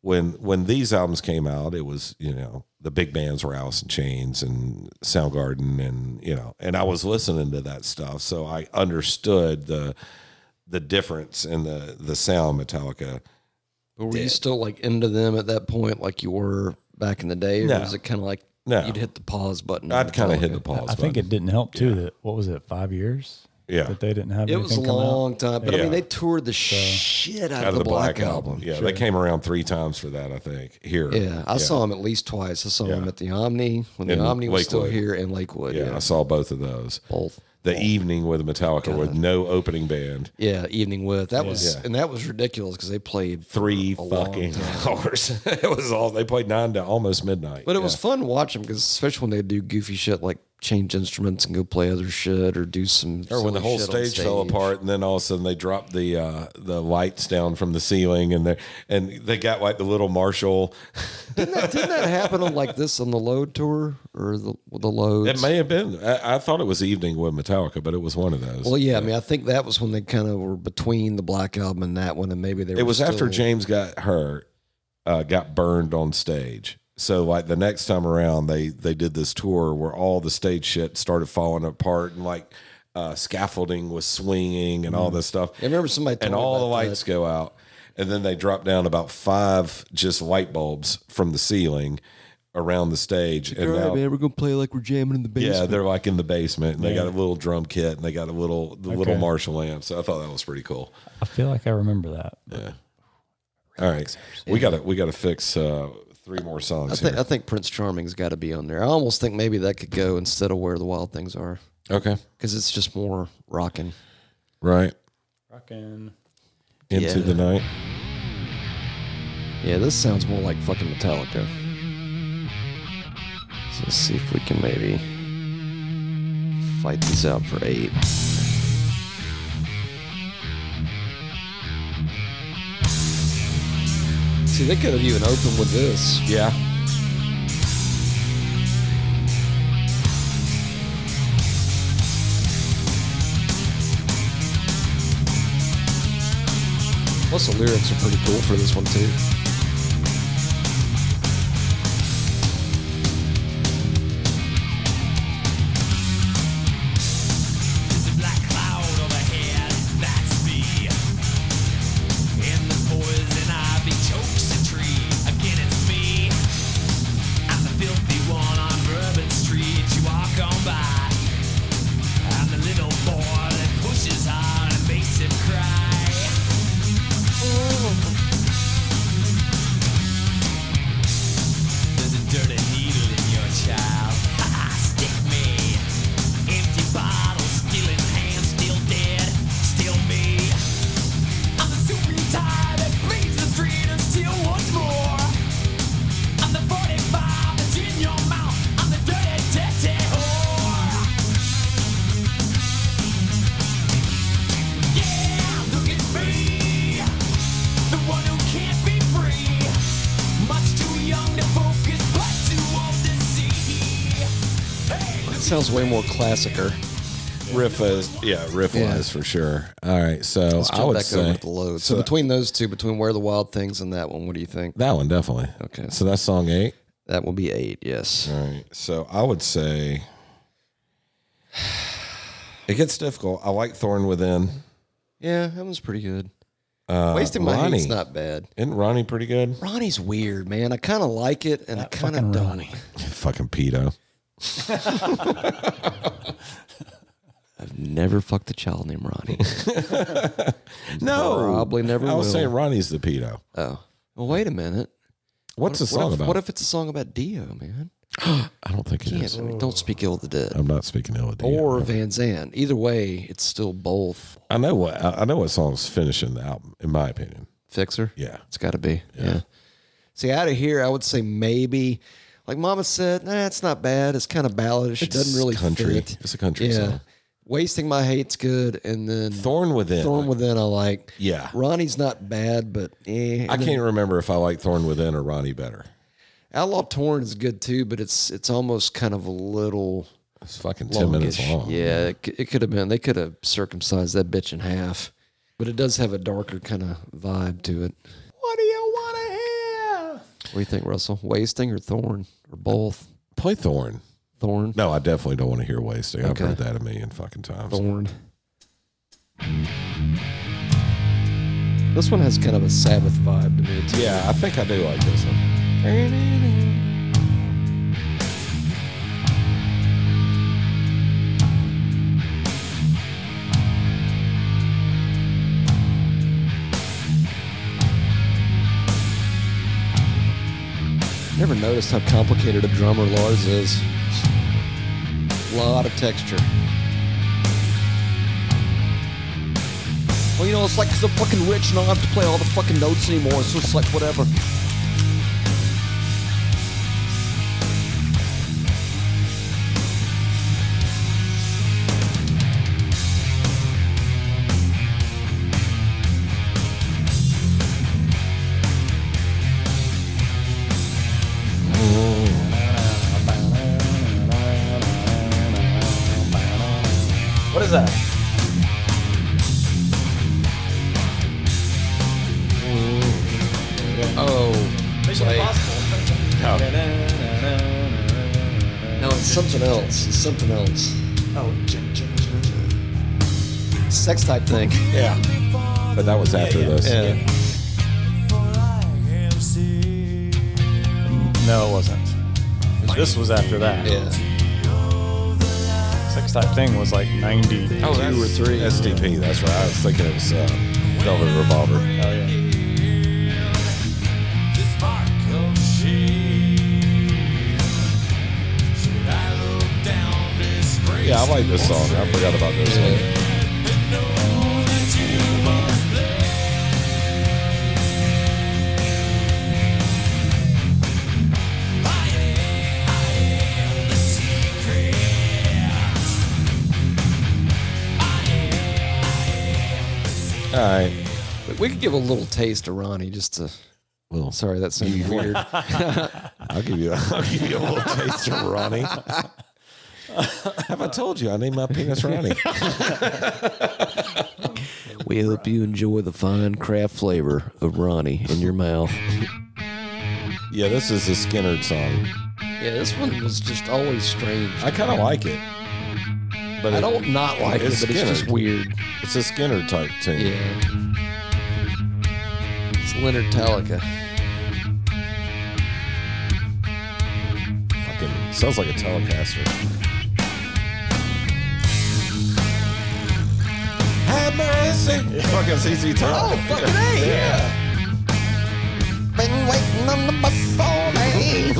B: when when these albums came out, it was you know the big bands were Alice in Chains and Soundgarden, and you know, and I was listening to that stuff, so I understood the the difference in the the sound Metallica.
A: But were you still like into them at that point, like you were back in the day? Or
B: No.
A: was it kind of like
B: No.
A: you'd hit the pause button?
B: I'd kind of hit the
A: Metallica?
B: pause.
D: I think
B: button.
D: it didn't help too that what was it five years
B: Yeah.
D: that they didn't have
A: It was a
D: anything come out.
A: long time, but I
B: Yeah.
A: mean, they toured the shit out,
B: out of the Black, album. Yeah, they came around three times for that, I think. Here,
A: Yeah, I saw him at least twice. I saw him
B: Yeah.
A: at the Omni when
B: In
A: the Omni was still
B: Lakewood.
A: here in Lakewood.
B: yeah, I saw both of those.
A: both.
B: The evening with Metallica with no opening band,
A: Yeah, evening with that was
B: Yeah.
A: and that was ridiculous because they played
B: three
A: for a long
B: fucking
A: time.
B: hours. it was all they played nine to almost midnight.
A: But it
B: Yeah.
A: was fun to watch them because especially when they do goofy shit like change instruments and go play other shit or do some
B: or when the
A: silly
B: whole
A: shit on
B: stage, fell
A: stage.
B: apart, and then all of a sudden they dropped the uh, the lights down from the ceiling, and they and they got like the little Marshall.
A: Didn't that happen on like this on the Load tour or the the Load?
B: It may have been. I, I thought it was evening with Metallica, but it was one of those.
A: Well, yeah, I mean, I think that was when they kind of were between the Black Album and that one, and maybe they.
B: it was after
A: James.
B: James got hurt, uh, got burned on stage. So like the next time around, they they did this tour where all the stage shit started falling apart and like uh, scaffolding was swinging and all this stuff.
A: I remember somebody told
B: and
A: me
B: all the
A: Mm-hmm. about
B: lights go out, and then they drop down about five just light bulbs from the ceiling around the stage, and
A: All right,
B: now.
A: man, we're gonna play like we're jamming in the basement.
B: Yeah, they're like in the basement, and they got a little drum kit, and they got a little the little
D: Okay.
B: Marshall amp. So I thought that was pretty cool.
D: I feel like I remember that.
B: All right, we gotta we gotta fix uh, three more songs
A: I think,
B: here.
A: I think Prince Charming's got to be on there. I almost think maybe that could go instead of Where the Wild Things Are
B: okay,
A: because it's just more rocking.
B: right
D: Rockin'.
B: into
A: Yeah.
B: the night.
A: Yeah, this sounds more like fucking Metallica. So let's see if we can maybe fight these out for eight. See, they could have even opened with this.
B: Yeah,
A: Plus, the lyrics are pretty cool for this one too.
F: black cloud overhead, that's me. In the poison ivy chokes the tree. Again, it's me. I'm the filthy one on Bourbon Street. You walk on by. I'm the little boy that pushes hard and makes him cry. There's a dirty needle in your child. Ha stick me. Empty bottle, still in hand, still dead, still me. I'm the suit and tie that bleeds the street and still wants more. I'm the 45 that's in your mouth. I'm the dirty, dirty whore. Yeah, look at me. The one who can't be free. Much too young to focus, but too old to see. Hey,
A: It sounds way more classicer.
B: riff is yeah riff wise for sure. All right, so
A: Let's jump
B: I would
A: back
B: say
A: over to the load. So, between those two, between Where the Wild Things and that one, what do you think?
B: that one definitely.
A: Okay.
B: so that's song eight.
A: That will be eight, yes.
B: All right, so I would say it gets difficult. I like Thorn Within.
A: Yeah, that one's pretty good.
B: Uh,
A: Wasting My
B: Ronnie.
A: Heat's not bad.
B: Isn't Ronnie pretty good?
A: Ronnie's weird, man. I kind of like it, and I kind of
D: fucking
A: don't.
D: Ronnie.
B: Fucking pedo.
A: I've never fucked a child named Ronnie.
B: No,
A: Probably never
B: I was
A: will.
B: saying Ronnie's the pedo.
A: oh, well, wait a minute.
B: What's the
A: what
B: song
A: if,
B: about?
A: What if it's a song about Dio, man?
B: I don't think it
A: Can't,
B: is.
A: I mean, don't speak ill of the dead.
B: I'm not speaking ill of Dio.
A: Or Van Zandt. Either way, it's still both.
B: I know what I I know what song's finishing the album, in my opinion.
A: Fixer?
B: Yeah,
A: It's got to be. Yeah. See, out of here, I would say maybe. Like Mama said, nah, it's not bad. It's kind of balladish. it doesn't really
B: country.
A: fit.
B: It's a country
A: yeah.
B: song.
A: Wasting My Hate's good. And then
B: Thorn Within.
A: Thorn Within, I like.
B: Yeah.
A: Ronnie's not bad, but eh.
B: I can't remember if I like Thorn Within or Ronnie better.
A: Outlaw Torn is good too, but it's it's almost kind of a little
B: It's fucking ten
A: longish.
B: minutes long.
A: Yeah, it, c- it could have been. They could have circumcised that bitch in half, but it does have a darker kind of vibe to it.
B: What do you want to hear?
A: What do you think, Russell? Wasting or Thorn or both?
B: Play Thorn.
A: Thorn.
B: No, I definitely don't want to hear wasting. I've
A: Okay.
B: heard that a million fucking times.
A: Thorn. This one has kind of a Sabbath vibe to me too.
B: Yeah, I think I do like this one.
A: Never noticed how complicated a drummer Lars is. A lot of texture. Well, you know, it's like 'cause I'm fucking rich and I don't have to play all the fucking notes anymore, so it's like whatever.
D: What is that?
A: Oh, play. No, it's something else. It's something else. Oh, sex type thing.
B: Yeah. But that was after this.
A: Yeah.
D: No, it wasn't. This was after that.
A: Yeah.
D: Sex type thing was like 90.
B: Oh,
A: Two or three.
B: SDP, that's right. I was thinking it was uh, Velvet
A: Oh,
B: Revolver.
D: yeah.
B: Yeah, I like this song. I forgot about this one. All right.
A: But we could give a little taste to Ronnie just to.
B: Well,
A: Sorry, that sounded weird.
B: I'll give you. I'll give you a little taste of Ronnie. Have I told you I named my penis Ronnie?
A: We hope you enjoy the fine craft flavor of Ronnie in your mouth.
B: yeah, this is a Skinner song.
A: Yeah, this one was just always strange.
B: I kind of like it, but
A: I
B: it-
A: don't not like it,
B: It's
A: but it's just
B: Skinner.
A: weird.
B: It's a Skinner type tune.
A: Yeah. It's Leonard Talica.
B: Fucking sounds like a Telecaster. Have mercy. Fucking CC Top. Oh, fucking A. Yeah.
A: Been waiting on the bus all day.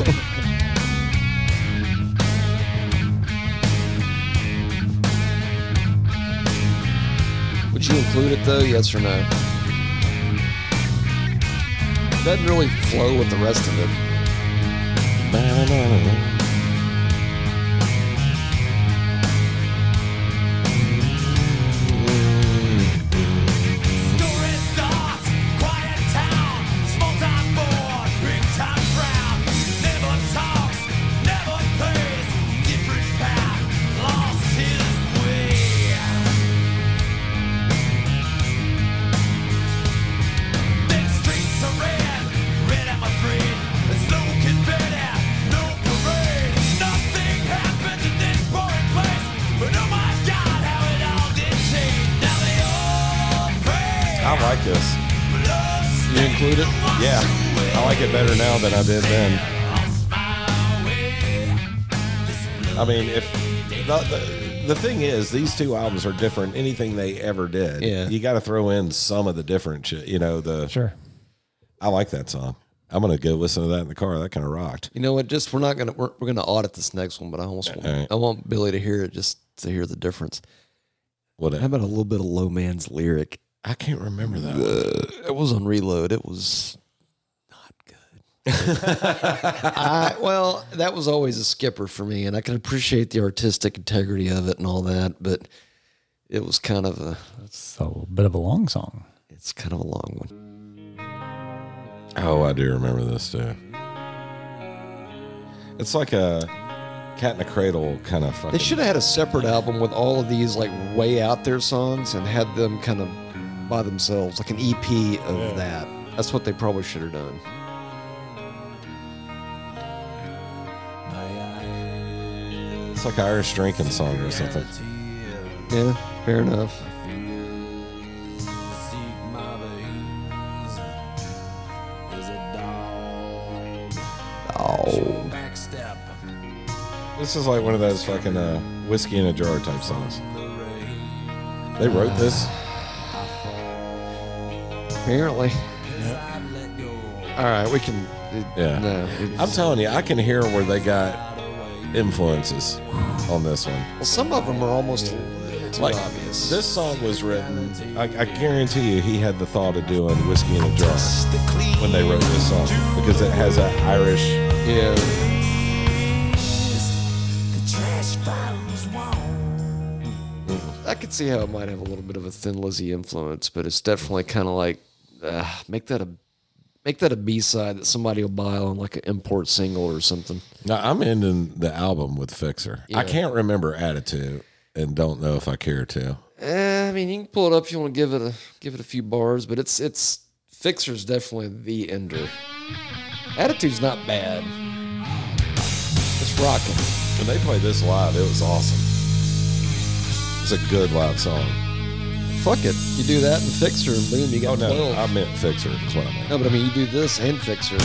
A: Would you include it though? Yes or no? Doesn't really flow with the rest of it.
F: But oh my god, how it all did change. Now they all pray.
B: I like this.
A: You include it?
B: Yeah. I like it better now than I did then. I mean, if the, the, the thing is, these two albums are different. Anything they ever did,
A: Yeah.
B: you got to throw in some of the different shit. You know, the
D: Sure.
B: I like that song. I'm gonna go listen to that in the car. That kind of rocked.
A: You know what? Just we're not gonna we're, we're gonna audit this next one, but I almost want,
B: All right.
A: I want Billy to hear it just to hear the difference.
B: What
A: How about a little bit of Low Man's lyric?
B: I can't remember that.
A: It was on Reload. It was not good. I, well, that was always a skipper for me, and I can appreciate the artistic integrity of it and all that, but it was kind of a
D: It's a little bit of a long song.
A: it's kind of a long one.
B: Oh, I do remember this too. It's like a cat in a cradle kind of
A: They
B: fucking.
A: should have had a separate album with all of these like way out there songs and had them kind of by themselves, like an EP of that. That's what they probably should have done.
B: It's like an Irish drinking song or something.
A: Yeah, fair enough. Oh,
B: This is like one of those fucking uh, whiskey in a jar type songs. They wrote this.
A: apparently. All right, we can. it-
B: Yeah.
A: No, it-
B: I'm telling you, I can hear where they got influences on this one.
A: well, some of them are almost a little too
B: Like
A: obvious.
B: this song was written. I, I guarantee you, he had the thought of doing whiskey in a jar when they wrote this song because it has that Irish.
A: yeah. I could see how it might have a little bit of a Thin Lizzy influence, but it's definitely kind of like uh, make that a make that a B side that somebody will buy on like an import single or something.
B: Now I'm ending the album with Fixer. I can't remember Attitude and don't know if I care to.
A: Eh, I mean, you can pull it up if you want to give it a give it a few bars, but it's it's Fixer's definitely the ender. Attitude's not bad. It's rocking.
B: When they played this live, it was awesome. It's a good live song.
A: Fuck it. You do that and Fixer, and boom, you got
B: Oh no,
A: 12.
B: I meant Fixer. That's what I meant.
A: no, but I mean, you do this and Fixer.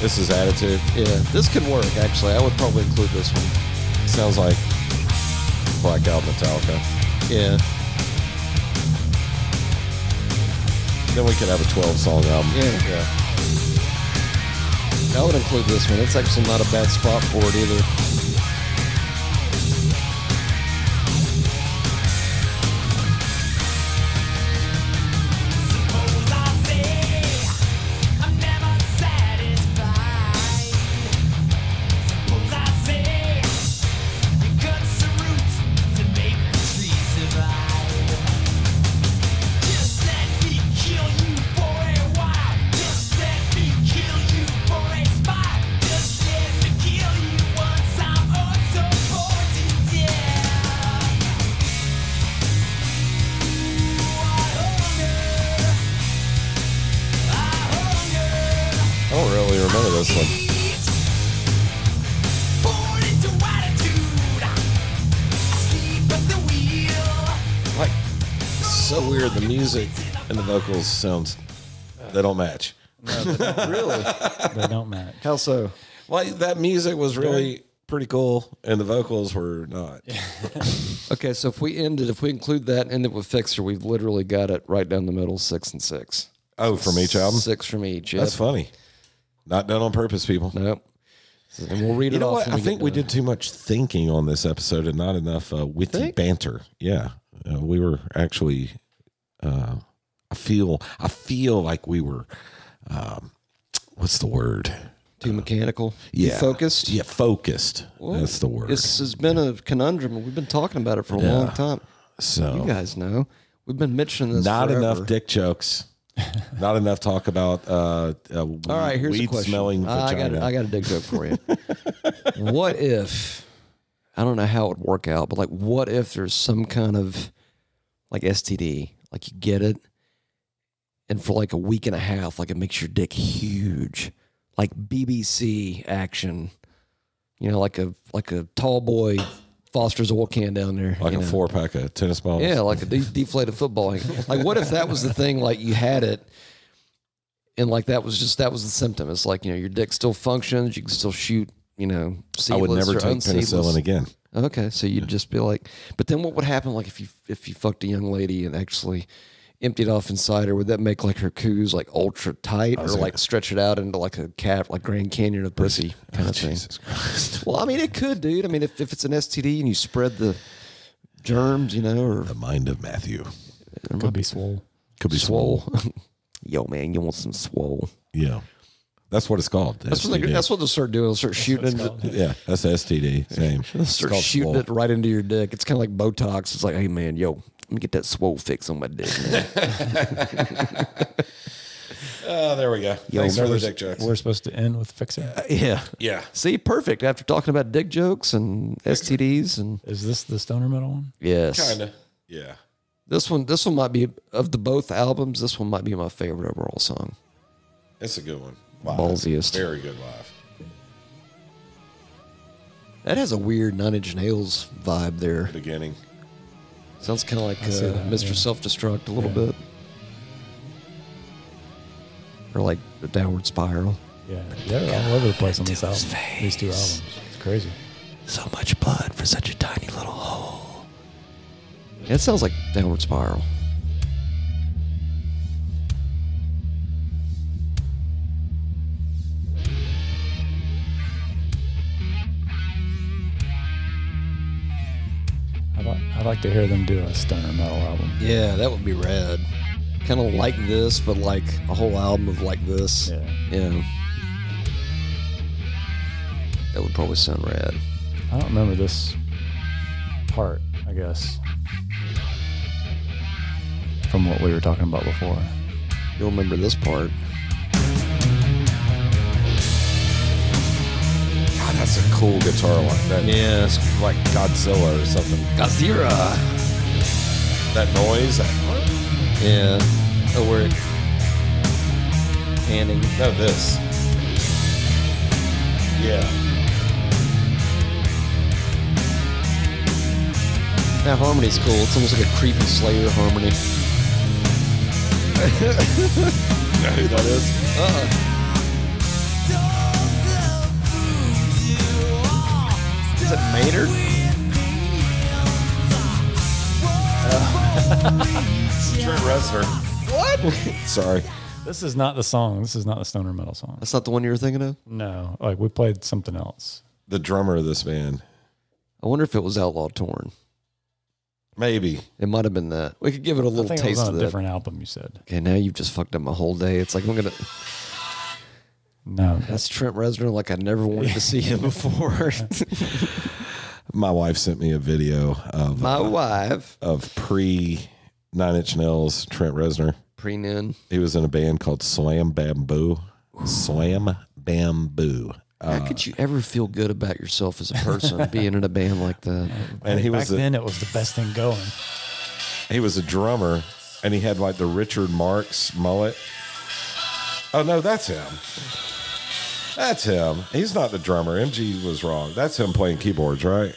B: This is Attitude.
A: Yeah, this can work, actually. I would probably include this one.
B: Sounds like Black Album Metallica.
A: Yeah.
B: Then we could have a 12 song album.
A: Yeah. I would include this one. It's actually not a bad spot for it either.
B: I don't really remember this one. Like, it's so weird. The music and the vocals sounds they don't match.
A: Really?
D: They don't match.
A: How so?
B: Like that music was really pretty cool, and the vocals were not.
A: Okay, so if we end it, if we include that and end it with Fixer, we've literally got it right down the middle, six and six.
B: Oh, from each album.
A: Six from each.
B: That's
A: yep.
B: funny. Not done on purpose, people.
A: Nope. And we'll read
B: You
A: it
B: know
A: off.
B: what?
A: when
B: I
A: get
B: think we
A: done.
B: did too much thinking on this episode and not enough uh, witty banter. Yeah, uh, we were actually. Uh, I feel. I feel like we were. Um, what's the word?
A: Too mechanical. Too
B: Yeah,
A: Focused.
B: Yeah, focused. That's the word.
A: This has been a conundrum, and we've been talking about it for a long time. You
B: so
A: guys know. We've been mentioning this.
B: not enough
A: forever.
B: dick jokes. not enough talk about uh, uh,
A: All right, here's a
B: weed
A: question.
B: smelling
A: I
B: vagina.
A: got, a- I got a dig joke for you. what if, I don't know how it would work out, but like, what if there's some kind of like STD, like you get it, and for like a week and a half, like it makes your dick huge, like BBC action, you know, like a like a tall boy fosters oil can down there,
B: like
A: you
B: a
A: know?
B: four pack of tennis balls.
A: Yeah, like a de- deflated football. hand. Like, what if that was the thing? Like, you had it, and like that was just that was the symptom. It's like you know your dick still functions. You can still shoot. You know,
B: I would
A: seedless
B: never
A: or
B: take
A: unseedless.
B: penicillin again.
A: Okay, so you'd just be like, but then what would happen? Like if you if you fucked a young lady and actually emptied off inside her, would that make like her coos like ultra tight or like stretch it out into like a cat like Grand Canyon of pussy kind of thing?
B: Jesus Christ.
A: Well, I mean, it could, dude. I mean, if if it's an STD and you spread the germs, you know, or
B: The mind of Matthew
A: there
D: Could be swole.
B: could be swole.
A: swole. Yo, man, you want some swole?
B: Yeah, that's what it's called.
A: That's what, they,
B: STD.
A: that's what they'll start doing. They'll start shooting.
B: yeah, that's STD. Same. It's
A: start
B: called
A: shooting
B: swole.
A: it right into your dick. It's kind of like Botox. It's like, hey man, yo, let me get that swole fix on my dick. Man.
B: Oh, there we go. Thanks for the dick jokes.
D: We're supposed to end with fixer.
A: yeah.
B: Yeah.
A: See, perfect. After talking about dick jokes and STDs and
D: Is this the stoner metal one?
A: yes,
B: Kinda. Yeah.
A: this one, this one might be of the both albums. This one might be my favorite overall song.
B: It's a good one. Live.
A: Ballsiest.
B: Very good live.
A: That has a weird Nine Inch Nails vibe there.
B: Beginning.
A: Sounds kind of like uh,
D: see that,
A: Mr.
D: yeah.
A: Self Destruct a little bit, or like the Downward Spiral.
D: Yeah, they're all over the place on this album. These two albums. It's crazy.
A: So much blood for such a tiny little hole. It sounds like Downward Spiral.
D: I'd, li- I'd like to hear them do a stoner metal album.
A: Yeah, that would be rad. Kind of like this, but like a whole album of like this.
D: Yeah.
A: Yeah. That would probably sound rad.
D: I don't remember this part, I guess, from what we were talking about before.
A: You'll remember this part.
B: God, that's a cool guitar line. That,
A: Yeah.
B: It's like Godzilla or something.
A: Gazira.
B: That noise. that-
A: Yeah. Oh, we're panning.
B: no, this. Yeah.
A: That harmony's cool. It's almost like a creepy Slayer harmony.
B: You know who that is?
A: Is it Maynard?
B: Trent Reznor. What? Sorry.
D: This is not the song. This is not the stoner metal song.
A: That's not the one you were thinking of?
D: No, like we played something else.
B: The drummer of this band.
A: I wonder if it was Outlaw Torn.
B: Maybe.
A: It might have been that. We could give it a
D: I
A: little
D: think
A: taste
D: it was
A: of
D: on a
A: that.
D: different album. You said
A: Okay, now you've just fucked up my whole day. It's like I'm gonna.
D: no.
A: That's Trent Reznor, like I never wanted to see him before.
B: My wife sent me a video of
A: my wife,
B: of pre Nine Inch Nails Trent Reznor.
A: Prenin.
B: He was in a band called Slam Bamboo. Slam Bamboo.
A: How could you ever feel good about yourself as a person being in a band like that?
B: And he
D: Back
B: was a,
D: then, it was the best thing going.
B: he was a drummer and he had like the Richard Marx mullet. Oh no, that's him. That's him. He's not the drummer. MG was wrong. That's him playing keyboards, right?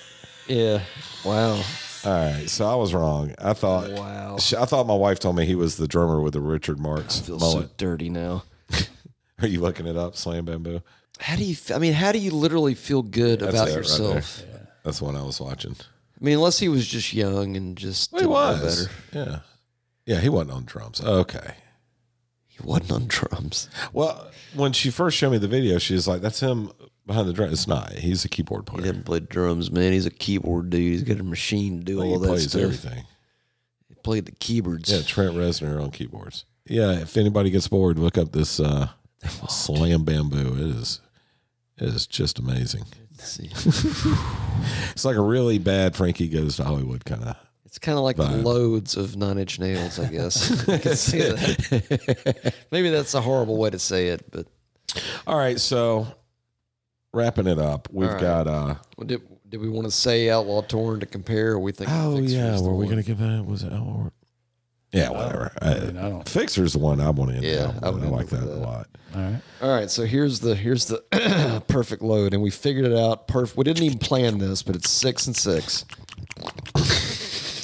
A: Yeah. Wow.
B: All right, so I was wrong. I thought
A: Wow.
B: Sh- I thought my wife told me he was the drummer with the Richard Marx
A: Feel
B: mullet.
A: so dirty now.
B: Are you looking it up? Slam Bamboo.
A: How do you? f- I mean, how do you literally feel good
B: That's
A: about
B: it right
A: yourself?
B: there. That's one I was watching.
A: I mean, unless he was just young and just
B: Well, he
A: didn't know
B: was.
A: better.
B: Yeah. Yeah, he wasn't on drums. Okay.
A: He wasn't on drums.
B: Well, when she first showed me the video, she was like, that's him behind the drum. It's not. He's a keyboard
A: He
B: player.
A: didn't play drums, man. He's a keyboard dude. He's got a machine to do
B: He
A: all that
B: plays
A: stuff.
B: everything.
A: He played the keyboards.
B: Yeah, Trent Reznor on keyboards. Yeah, if anybody gets bored, look up this uh, Slam Bamboo. It is, it is just amazing.
A: Let's see.
B: It's like a really bad Frankie Goes to Hollywood kind of.
A: It's kind of like the
B: Vibe.
A: loads of Nine Inch Nails, I guess. I can see that. Maybe that's a horrible way to say it, but
B: All right, so wrapping it up, we've
A: All right.
B: got. uh
A: did, did we want to say Outlaw Torn to compare? Or we think?
B: Oh,
A: Fixer's the one?
B: give that? Was it? Or, yeah, whatever. Uh,
D: I mean, I don't.
B: Fixer's the one I want to end.
A: Yeah,
B: on.
A: I
B: I,
A: would end
B: like
A: with
B: that, a
A: that.
B: lot.
D: All right.
A: All right, so here's the here's the perfect load, and we figured it out. Perfect. We didn't even plan this, but it's six and six.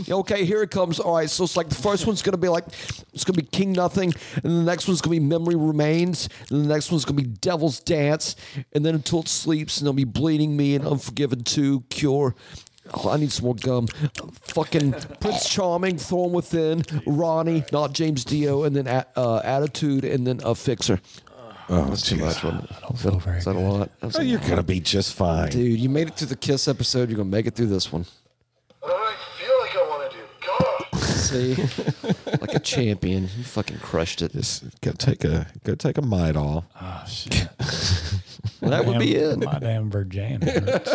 A: okay, here it comes. All right, so it's like the first one's gonna be like it's gonna be King Nothing, and the next one's gonna be Memory Remains, and the next one's gonna be Devil's Dance, and then Until It Sleeps, and there'll be Bleeding Me and Unforgiven Two, Cure. Oh, I need some more gum. Fucking Prince Charming, Thorn Within, Ronnie, not James Dio, and then a, uh, Attitude, and then a Fixer.
B: Oh,
A: That's too
B: jeez.
A: much. wasn't it?
D: don't feel very
A: Is that a
D: good.
A: lot? That was a
B: Oh, you're gonna be just fine.
A: Dude, you made it to the Kiss episode. You're gonna make it through this one.
G: I feel like I want to do. God.
A: See, like a champion, you fucking crushed it.
B: Just go take a go take a mite all.
D: Oh, shit.
A: Well, that would be it.
D: My damn Virgin. hurts.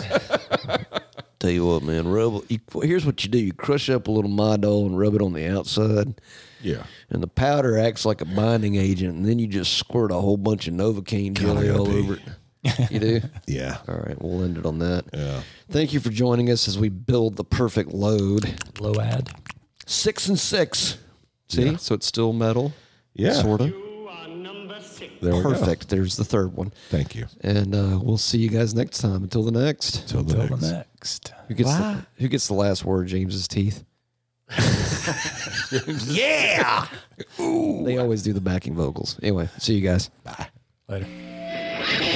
A: Tell you what, man, rub. You, here's what you do: you crush up a little my dough and rub it on the outside,
B: Yeah.
A: and the powder acts like a binding agent. And then you just squirt a whole bunch of Novocaine jelly
B: gotta
A: all
B: pee.
A: over it. You do.
B: Yeah.
A: All right, we'll end it on that.
B: Yeah.
A: Thank you for joining us as we build the perfect load.
D: Low ad.
A: Six and six. See, so it's still metal.
B: Yeah.
A: sort of.
B: There we go.
A: Perfect. There's the third one.
B: Thank you.
A: And uh, we'll see you guys next time. Until the next.
B: Till the
D: Till
B: next.
D: the next.
A: Who gets, the, who gets the last word? James's teeth. yeah. They always do the backing vocals. Anyway, see you guys. Bye.
D: Later.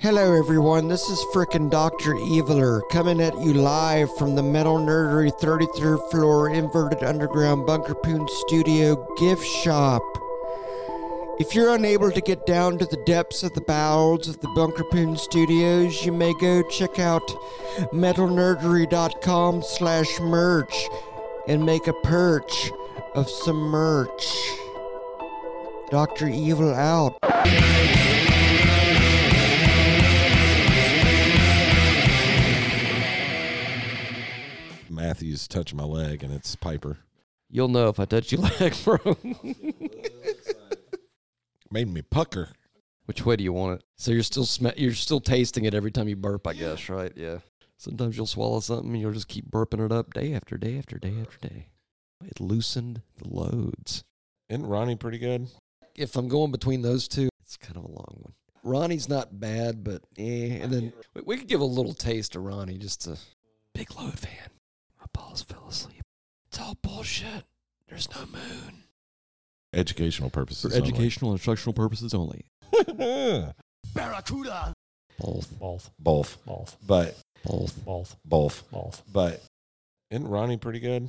H: Hello, everyone. This is frickin' Dr. Eviler coming at you live from the Metal Nerdery 33rd floor inverted underground Bunker Poon Studio gift shop. If you're unable to get down to the depths of the bowels of the Bunker Poon Studios, you may go check out metalnerdery.com slash merch and make a perch of some merch. Dr. Evil out.
B: Matthews touched my leg, and it's Piper.
A: You'll know if I touch your leg, bro.
B: Made me pucker.
A: Which way do you want it? So you're still sm- you're still tasting it every time you burp, I guess, right? Yeah. Sometimes you'll swallow something and you'll just keep burping it up day after day after day after day. It loosened the loads.
B: Isn't Ronnie pretty good?
A: If I'm going between those two, it's kind of a long one. Ronnie's not bad, but eh. And then we- we could give a little taste to Ronnie, just a big load fan. My balls fell asleep. It's all bullshit. There's no moon.
B: Educational purposes. only.
A: instructional purposes only.
G: Barracuda.
A: Both,
D: Balls.
B: both,
D: Balls.
B: but
A: both.
D: Balls.
B: both,
D: Balls.
B: but isn't Ronnie pretty good?